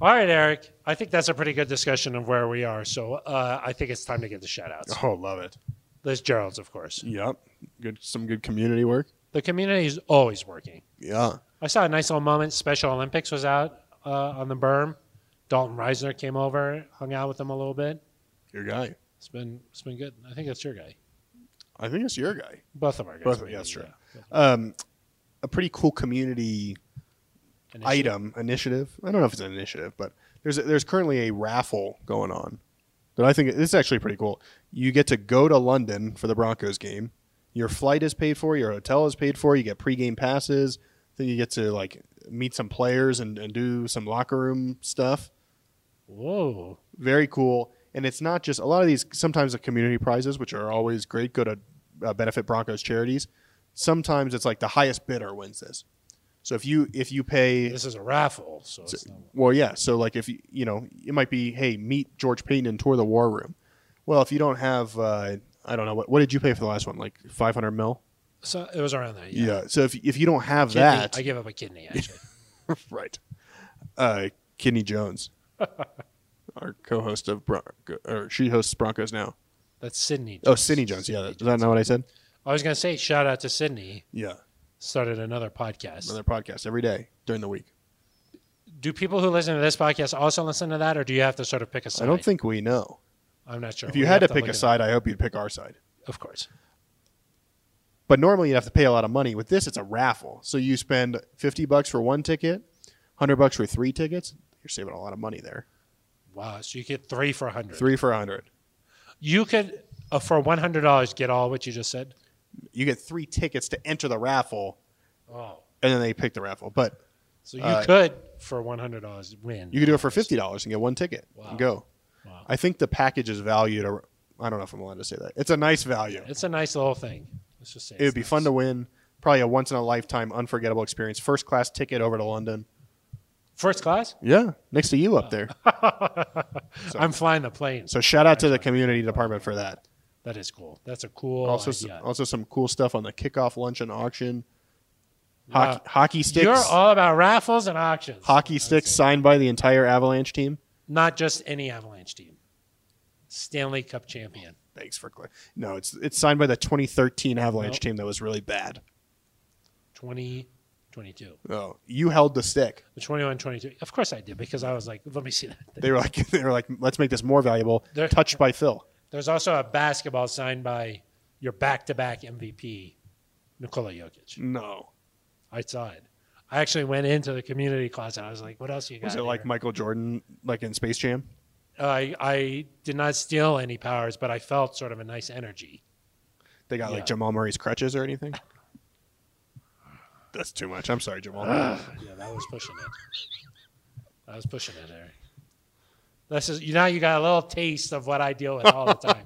[SPEAKER 1] All right, Eric. I think that's a pretty good discussion of where we are. So uh, I think it's time to get the shout outs.
[SPEAKER 2] Oh, love it.
[SPEAKER 1] Liz Gerald's, of course.
[SPEAKER 2] Yep. Good. Some good community work.
[SPEAKER 1] The community is always working.
[SPEAKER 2] Yeah.
[SPEAKER 1] I saw a nice little moment. Special Olympics was out uh, on the berm. Dalton Reisner came over, hung out with them a little bit.
[SPEAKER 2] Your guy.
[SPEAKER 1] It's been it's been good. I think that's your guy.
[SPEAKER 2] I think it's your guy.
[SPEAKER 1] Both of our guys.
[SPEAKER 2] Both of-
[SPEAKER 1] maybe,
[SPEAKER 2] yeah, that's true.
[SPEAKER 1] yeah.
[SPEAKER 2] Um, a pretty cool community
[SPEAKER 1] Initiative.
[SPEAKER 2] item initiative. I don't know if it's an initiative, but there's there's currently a raffle going on that I think this is actually pretty cool. You get to go to London for the Broncos game. Your flight is paid for. Your hotel is paid for. You get pregame passes. Then you get to like meet some players and, and do some locker room stuff.
[SPEAKER 1] Whoa.
[SPEAKER 2] Very cool. And it's not just a lot of these. Sometimes the community prizes, which are always great, go to uh, benefit Broncos charities. Sometimes it's like the highest bidder wins this. So if you if you pay
[SPEAKER 1] This is a raffle. So it's not,
[SPEAKER 2] well, yeah. So like if you you know it might be hey meet George Payton and tour the war room. Well, if you don't have uh, I don't know what what did you pay for the last one like five hundred mil.
[SPEAKER 1] so it was around there. Yeah.
[SPEAKER 2] So if if you don't have
[SPEAKER 1] Kidney-
[SPEAKER 2] that,
[SPEAKER 1] I gave up a kidney actually.
[SPEAKER 2] right. Uh, Kidney Jones, our co-host of Bron- or she hosts Broncos now.
[SPEAKER 1] That's Sydney.
[SPEAKER 2] Oh, Sidney Jones. Yeah, is that not what I said?
[SPEAKER 1] I was gonna say shout out to Sydney.
[SPEAKER 2] Yeah,
[SPEAKER 1] Started another podcast.
[SPEAKER 2] another podcast every day during the week.
[SPEAKER 1] Do people who listen to this podcast also listen to that, or do you have to sort of pick a side?
[SPEAKER 2] I don't think we know.
[SPEAKER 1] I'm not sure.
[SPEAKER 2] If you
[SPEAKER 1] We
[SPEAKER 2] had
[SPEAKER 1] have
[SPEAKER 2] Oh, to pick
[SPEAKER 1] look it up.
[SPEAKER 2] a side, I hope you'd pick our side.
[SPEAKER 1] of course.
[SPEAKER 2] But normally you'd have to pay a lot of money. With this, it's a raffle. So you spend fifty bucks for one ticket, hundred bucks for three tickets. You're saving a lot of money there.
[SPEAKER 1] Wow. So you get three for a hundred.
[SPEAKER 2] Three for a hundred.
[SPEAKER 1] You could uh, for one hundred dollars get all what you just said.
[SPEAKER 2] You get three tickets to enter the raffle,
[SPEAKER 1] Oh.
[SPEAKER 2] and then they pick the raffle. But
[SPEAKER 1] So you
[SPEAKER 2] Uh,
[SPEAKER 1] could for one hundred dollars win.
[SPEAKER 2] you could do it for fifty dollars and get one ticket
[SPEAKER 1] Wow.
[SPEAKER 2] and go.
[SPEAKER 1] Wow.
[SPEAKER 2] I think the package is valued. ar- I don't know if I'm allowed to say that. It's a nice value.
[SPEAKER 1] It's a nice little thing. Let's just say
[SPEAKER 2] It would be fun to win. Probably a once in a lifetime, unforgettable experience. First class ticket over to London.
[SPEAKER 1] first class.
[SPEAKER 2] Yeah, next to you up there.
[SPEAKER 1] I'm flying the plane.
[SPEAKER 2] So shout out to the community department for that.
[SPEAKER 1] that is cool. That's a cool
[SPEAKER 2] also uh,
[SPEAKER 1] idea.
[SPEAKER 2] some, also some cool stuff on the kickoff luncheon auction.
[SPEAKER 1] Wow.
[SPEAKER 2] Hockey, hockey sticks,
[SPEAKER 1] You're all about raffles and auctions.
[SPEAKER 2] hockey sticks signed by the entire Avalanche team.
[SPEAKER 1] Not just any Avalanche team. Stanley Cup champion.
[SPEAKER 2] Thanks for clear. No, it's it's signed by the 2013 Avalanche
[SPEAKER 1] Nope.
[SPEAKER 2] team that was really bad.
[SPEAKER 1] 2022.
[SPEAKER 2] Oh, you held the stick.
[SPEAKER 1] The 21 22. Of course I did because I was like, let me see that. thing.
[SPEAKER 2] They were like they were like let's make this more valuable.
[SPEAKER 1] They're-
[SPEAKER 2] Touched by Phil.
[SPEAKER 1] There's also a basketball signed by your back to back MVP, Nikola Jokic.
[SPEAKER 2] No,
[SPEAKER 1] I saw it. I actually went into the community closet. I was like, what else you got?
[SPEAKER 2] was it like
[SPEAKER 1] here? Uh,
[SPEAKER 2] Michael Jordan like in Space Jam?
[SPEAKER 1] I, I did not steal any powers, but I felt sort of a nice energy.
[SPEAKER 2] They got
[SPEAKER 1] Yeah.
[SPEAKER 2] like Jamal Murray's crutches or anything? That's too much. I'm sorry, Jamal.
[SPEAKER 1] Oh, Yeah, that was pushing it. I was pushing it, Eric. This is you now you got a little taste of what I deal with all the time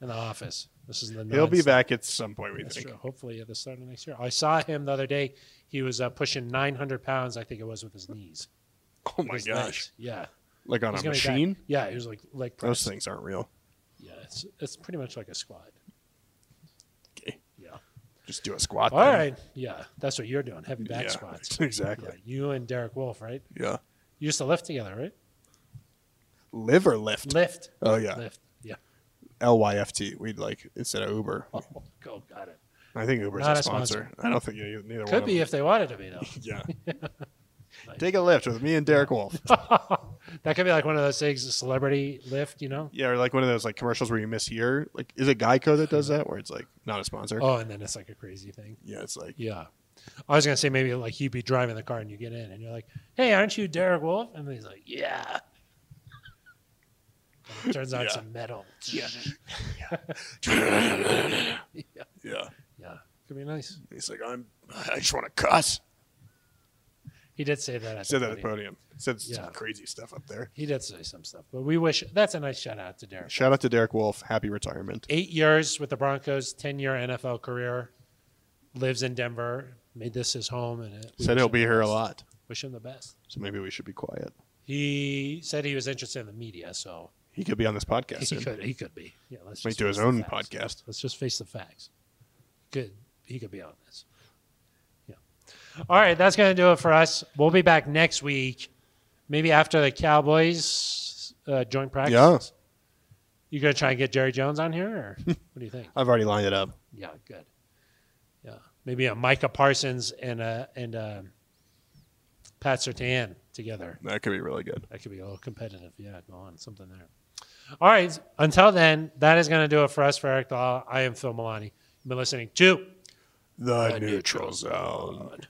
[SPEAKER 1] in the office. This is the
[SPEAKER 2] He'll be
[SPEAKER 1] nonsense.
[SPEAKER 2] back at some point. We
[SPEAKER 1] That's
[SPEAKER 2] think.
[SPEAKER 1] true. Hopefully at the start of next year. I saw him the other day. He was uh, pushing 900 pounds, I think it was, with his knees.
[SPEAKER 2] Oh my
[SPEAKER 1] His
[SPEAKER 2] gosh!
[SPEAKER 1] legs. Yeah.
[SPEAKER 2] Like on
[SPEAKER 1] He's
[SPEAKER 2] a
[SPEAKER 1] gonna be back.
[SPEAKER 2] machine.
[SPEAKER 1] Yeah, he was like like
[SPEAKER 2] Those things aren't real.
[SPEAKER 1] Yeah, it's it's pretty much like a squat.
[SPEAKER 2] Okay.
[SPEAKER 1] Yeah.
[SPEAKER 2] Just do a squat.
[SPEAKER 1] All right. Yeah, that's what you're doing. Heavy
[SPEAKER 2] Yeah,
[SPEAKER 1] back squats. Yeah,
[SPEAKER 2] Exactly.
[SPEAKER 1] you and Derek Wolf, right?
[SPEAKER 2] Yeah.
[SPEAKER 1] You used to lift together, right?
[SPEAKER 2] Liver lift.
[SPEAKER 1] Lift.
[SPEAKER 2] oh yeah.
[SPEAKER 1] Lift. Yeah.
[SPEAKER 2] L Y F T. We'd like instead of Uber.
[SPEAKER 1] Oh, go, got it.
[SPEAKER 2] I think Uber's
[SPEAKER 1] Not
[SPEAKER 2] a
[SPEAKER 1] a
[SPEAKER 2] sponsor.
[SPEAKER 1] sponsor.
[SPEAKER 2] I don't think you- neither one.
[SPEAKER 1] Could
[SPEAKER 2] of
[SPEAKER 1] be
[SPEAKER 2] them-
[SPEAKER 1] if they wanted to be though.
[SPEAKER 2] Yeah. Take a lift with me and Derek Wolf.
[SPEAKER 1] that could be like one of those things, a celebrity lift, you know?
[SPEAKER 2] yeah, or like one of those like commercials where you miss here. Like, is it Geico that does that? Where it's like not a sponsor.
[SPEAKER 1] Hmm. Oh, and then it's like a crazy thing.
[SPEAKER 2] Yeah, it's like
[SPEAKER 1] Yeah. I was gonna say maybe like you'd be driving the car and you get in and you're like, "Hey, aren't you Derek Wolf?" And he's like, "Yeah." And it turns out it's
[SPEAKER 2] Yeah.
[SPEAKER 1] a metal.
[SPEAKER 2] Yeah.
[SPEAKER 1] yeah.
[SPEAKER 2] yeah.
[SPEAKER 1] Yeah. Could be nice.
[SPEAKER 2] He's like I'm. I just want to cuss.
[SPEAKER 1] He did say that. At
[SPEAKER 2] Said
[SPEAKER 1] the
[SPEAKER 2] that at the
[SPEAKER 1] podium.
[SPEAKER 2] podium. Said some
[SPEAKER 1] Yeah.
[SPEAKER 2] crazy stuff up there.
[SPEAKER 1] He did say some stuff, but we wish that's a nice shout out to Derek.
[SPEAKER 2] Shout out to Derek Wolf. Happy retirement.
[SPEAKER 1] Eight years with the Broncos, ten year NFL career, lives in Denver, made this his home, and it, we
[SPEAKER 2] Said
[SPEAKER 1] wish
[SPEAKER 2] he'll
[SPEAKER 1] him
[SPEAKER 2] be
[SPEAKER 1] the
[SPEAKER 2] here a
[SPEAKER 1] best.
[SPEAKER 2] lot.
[SPEAKER 1] Wish him the best.
[SPEAKER 2] So maybe we should be quiet.
[SPEAKER 1] He said he was interested in the media, so
[SPEAKER 2] He could be on this podcast.
[SPEAKER 1] he
[SPEAKER 2] soon.
[SPEAKER 1] could he could be. Yeah, let's
[SPEAKER 2] Might
[SPEAKER 1] just
[SPEAKER 2] do
[SPEAKER 1] face
[SPEAKER 2] his
[SPEAKER 1] the
[SPEAKER 2] own
[SPEAKER 1] facts.
[SPEAKER 2] podcast.
[SPEAKER 1] Let's just face the facts. Good, he could be on this. Yeah. All right, that's gonna do it for us. We'll be back next week, maybe after the Cowboys uh, joint practice.
[SPEAKER 2] Yeah.
[SPEAKER 1] You gonna try and get Jerry Jones on here, or what do you think?
[SPEAKER 2] I've already lined it up.
[SPEAKER 1] Yeah, good. Yeah, maybe a Micah Parsons and a and a Pat Sertan together.
[SPEAKER 2] That could be really good.
[SPEAKER 1] That could be a little competitive. Yeah, go on, something there. All right. Until then, that is going to do it for us for Eric Dahl. I am Phil Milani. You've been listening to
[SPEAKER 2] The,
[SPEAKER 1] Neutral
[SPEAKER 2] Zone.
[SPEAKER 1] Zone.